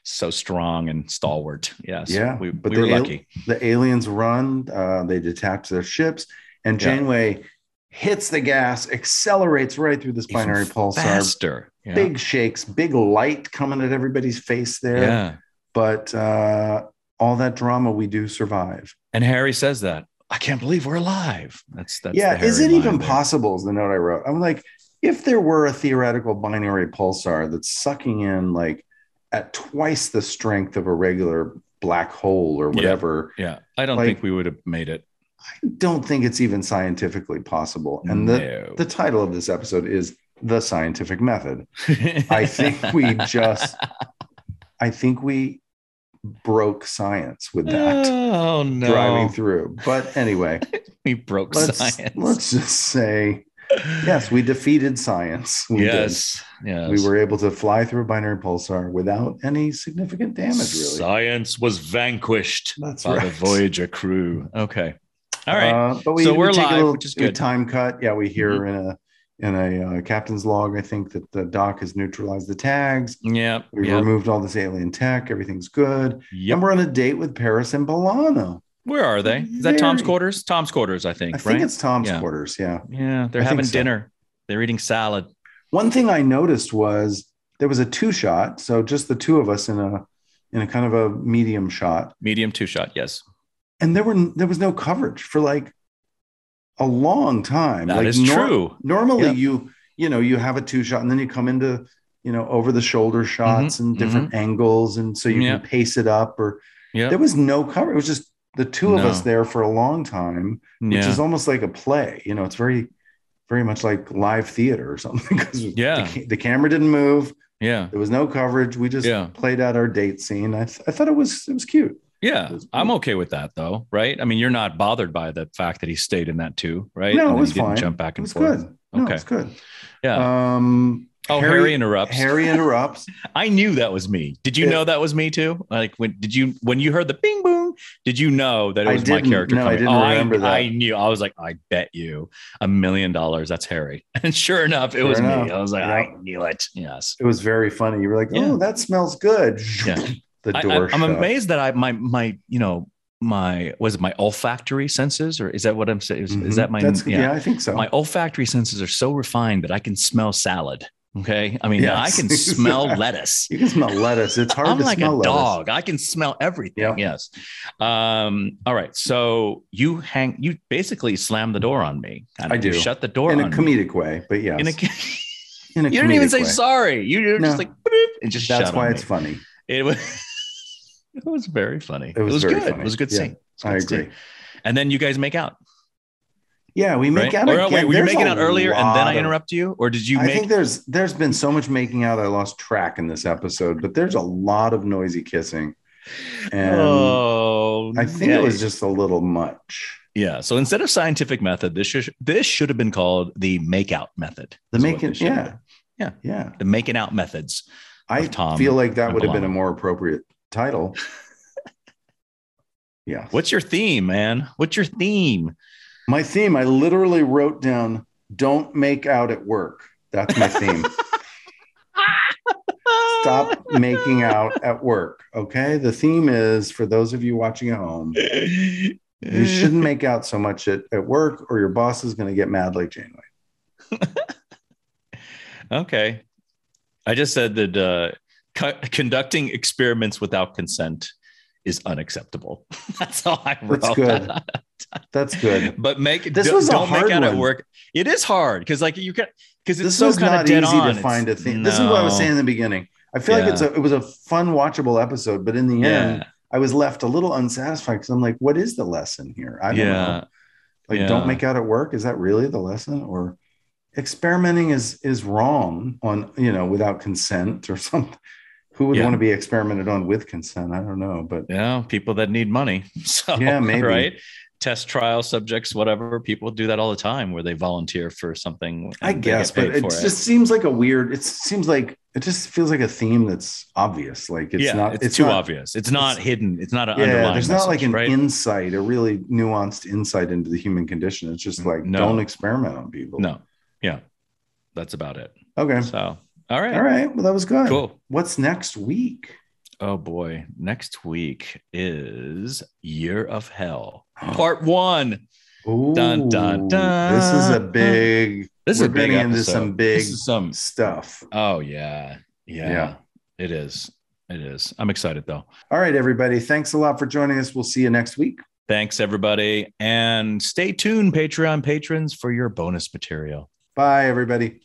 A: so strong and stalwart. Yes.
B: Yeah,
A: We,
B: but
A: we were
B: the al-
A: lucky.
B: the aliens run. Uh, they detach their ships, and
A: Yeah.
B: Janeway hits the gas, accelerates right through this binary
A: Even
B: pulsar.
A: Faster. Yeah.
B: Big shakes, big light coming at everybody's face there.
A: yeah.
B: But uh, all that drama, we do survive.
A: And Harry says that. I can't believe we're alive. That's that's
B: yeah.
A: the
B: Is
A: Harry
B: it
A: line
B: even
A: there.
B: possible? Is the note I wrote. I'm like, if there were a theoretical binary pulsar that's sucking in like at twice the strength of a regular black hole or
A: Yeah.
B: whatever,
A: Yeah. I don't
B: Like-
A: think we would have made it.
B: I don't think it's even scientifically possible. And the,
A: No.
B: the title of this episode is The Scientific Method. I think we just, I think we broke science with that.
A: Oh no!
B: Driving through, but anyway,
A: we broke
B: let's
A: science.
B: let's just say yes, we defeated science. We did.
A: yes, yes.
B: we were able to fly through a binary pulsar without any significant damage, really.
A: Science was vanquished
B: That's
A: by
B: right.
A: the Voyager crew. Okay, all right.
B: Uh, but we,
A: So
B: we
A: we're
B: take a
A: live,
B: little
A: which is good. Mm-hmm.
B: Time cut. Yeah, we hear in a in a uh, captain's log. I think that the doc has neutralized the tags.
A: yeah,
B: We
A: yeah.
B: removed all this alien tech. Everything's good.
A: Yep.
B: And we're on a date with Paris and Bolano.
A: Where are they? Is that Tom's
B: Very-
A: quarters? Tom's quarters, I think.
B: I think
A: right?
B: it's Tom's
A: Yeah.
B: quarters. Yeah.
A: yeah, they're
B: I think
A: having
B: so.
A: dinner. They're eating salad.
B: One thing I noticed was there was a two shot, so just the two of us in a in a kind of a medium shot,
A: Medium two shot. Yes,
B: and there were there was no coverage for like a long time.
A: that
B: like
A: is
B: nor-
A: true.
B: normally
A: Yeah.
B: you you know you have a two shot and then you come into you know over the shoulder shots and different angles and so you
A: Mm-hmm. Yeah.
B: can pace it up or
A: Yeah,
B: there was no cover it was just the two of us
A: No.
B: there for a long time which
A: yeah.
B: is almost like a play you know it's very very much like live theater or something because
A: Yeah.
B: the, ca- the camera didn't move
A: yeah.
B: there was no coverage we just
A: Yeah.
B: played out our date scene I, th- I thought it was it was cute
A: Yeah,
B: was
A: I'm
B: cool.
A: okay with that though, right? I mean, you're not bothered by the fact that he stayed in that too, right?
B: No,
A: And
B: it
A: that
B: was
A: he didn't
B: fine.
A: Jump back
B: it
A: and
B: was
A: forth.
B: good no,
A: Okay.
B: it was good
A: Yeah.
B: um
A: Oh, Harry,
B: Harry-
A: interrupts.
B: Harry interrupts.
A: I knew that was me. Did you
B: Yeah.
A: know that was me too? Like when did you when you heard the bing boom? Did you know that it
B: I
A: was my
B: didn't.
A: character?
B: No, I
A: coming? Oh,
B: didn't remember that.
A: I knew. I was like, I bet you a million dollars that's Harry. And sure enough, it
B: Sure
A: was
B: enough.
A: me. I was like,
B: Yeah.
A: I knew it. Yes.
B: It was very funny. You were like,
A: Yeah.
B: "Oh, that smells good."
A: Yeah.
B: The
A: I,
B: door.
A: am
B: shut.
A: amazed that I my my you know my was it my olfactory senses or is that what I'm saying? Is,
B: Mhm.
A: is that my
B: That's,
A: yeah.
B: yeah. I think so.
A: my olfactory senses are so refined that I can smell salad. Okay, I mean I
B: Yes.
A: can smell lettuce.
B: you can smell lettuce. It's hard
A: I'm
B: to
A: like a
B: smell lettuce.
A: dog. I can smell everything.
B: Yeah.
A: Yes. Um, all right. So you hang. You basically slam the door on me. Kind
B: I
A: of, you
B: do.
A: Shut the door
B: in a
A: on me.
B: comedic way, but yes,
A: In a,
B: in a
A: you didn't even
B: comedic
A: say
B: way.
A: sorry. You were
B: No.
A: just like boop, and just
B: That's
A: shut
B: why
A: on
B: it's
A: me.
B: funny.
A: It was. it was very funny.
B: It was very
A: good.
B: funny.
A: It was a good
B: Yeah,
A: scene. It was a
B: I
A: good scene.
B: agree.
A: And then you guys make out.
B: Yeah, we make
A: Right?
B: out
A: Or,
B: again.
A: wait, were you
B: There's
A: making
B: a
A: out earlier and then
B: lot
A: I
B: of-
A: interrupt you, or did you
B: I
A: make?
B: think there's there's been so much making out. I lost track in this episode, but there's a lot of noisy kissing, and
A: oh,
B: um, I think
A: yeah.
B: it was just a little much.
A: Yeah. So instead of scientific method, this should this should have been called the makeout method.
B: The
A: is what
B: making,
A: this should have
B: yeah,
A: been. Yeah.
B: yeah.
A: The making out methods.
B: I
A: Of Tom
B: feel like that
A: and
B: would have been a
A: Blanc.
B: more appropriate title. yeah.
A: What's your theme, man? What's your theme?
B: My theme, I literally wrote down don't make out at work. That's my theme. Stop making out at work. Okay. The theme is for those of you watching at home,
A: Ah. you
B: you shouldn't make out so much at, at work or your boss is going to get mad like Janeway.
A: Okay. I just said that uh, co- conducting experiments without consent is unacceptable. That's all I wrote.
B: That's good. That's good.
A: But make
B: This
A: don't-
B: was a
A: don't
B: hard
A: make out at
B: one.
A: work. It is hard because like you can because it's
B: This
A: so
B: was
A: kind of
B: not
A: dead
B: easy
A: on.
B: to
A: It's-
B: find a theme. This is what I was
A: no.
B: saying in the beginning. I feel like it's a, it was a fun, watchable episode, but in the end,
A: Yeah.
B: I was left a little unsatisfied because I'm like, what is the lesson here? I don't know.
A: Yeah.
B: Like,
A: yeah.
B: don't make out at work. Is that really the lesson? Or experimenting is is wrong on you know without consent or something. Who would
A: Yeah.
B: want to be experimented on with consent? I don't know, but
A: Yeah, people that need money. So,
B: Yeah, maybe.
A: Right? Test trial subjects, whatever. People do that all the time where they volunteer for something.
B: I
A: and they
B: guess.
A: get
B: But
A: paid
B: it
A: for
B: just seems like a weird. It seems like it just feels like a theme that's obvious. Like it's
A: yeah,
B: not.
A: it's, too
B: not-
A: obvious. It's not
B: it's-
A: hidden. It's not an
B: Yeah,
A: underlying.
B: there's
A: message,
B: not like an
A: right?
B: insight, a really nuanced insight into the human condition. It's just like
A: Mm, No.
B: don't experiment on people.
A: no. Yeah, that's about it.
B: Okay.
A: So, all right,
B: All right. Well, that was good.
A: cool.
B: What's next week?
A: Oh boy, next week is Year of Hell, part one.
B: Ooh,
A: Dun, dun, dun.
B: This is a big
A: This
B: We're
A: is a big
B: getting into
A: episode.
B: some big-
A: This is some
B: stuff.
A: Oh yeah. yeah.
B: Yeah.
A: It is. It is. I'm excited though.
B: All right, everybody. Thanks a lot for joining us. We'll see you next week.
A: Thanks everybody and stay tuned Patreon patrons for your bonus material.
B: Bye, everybody.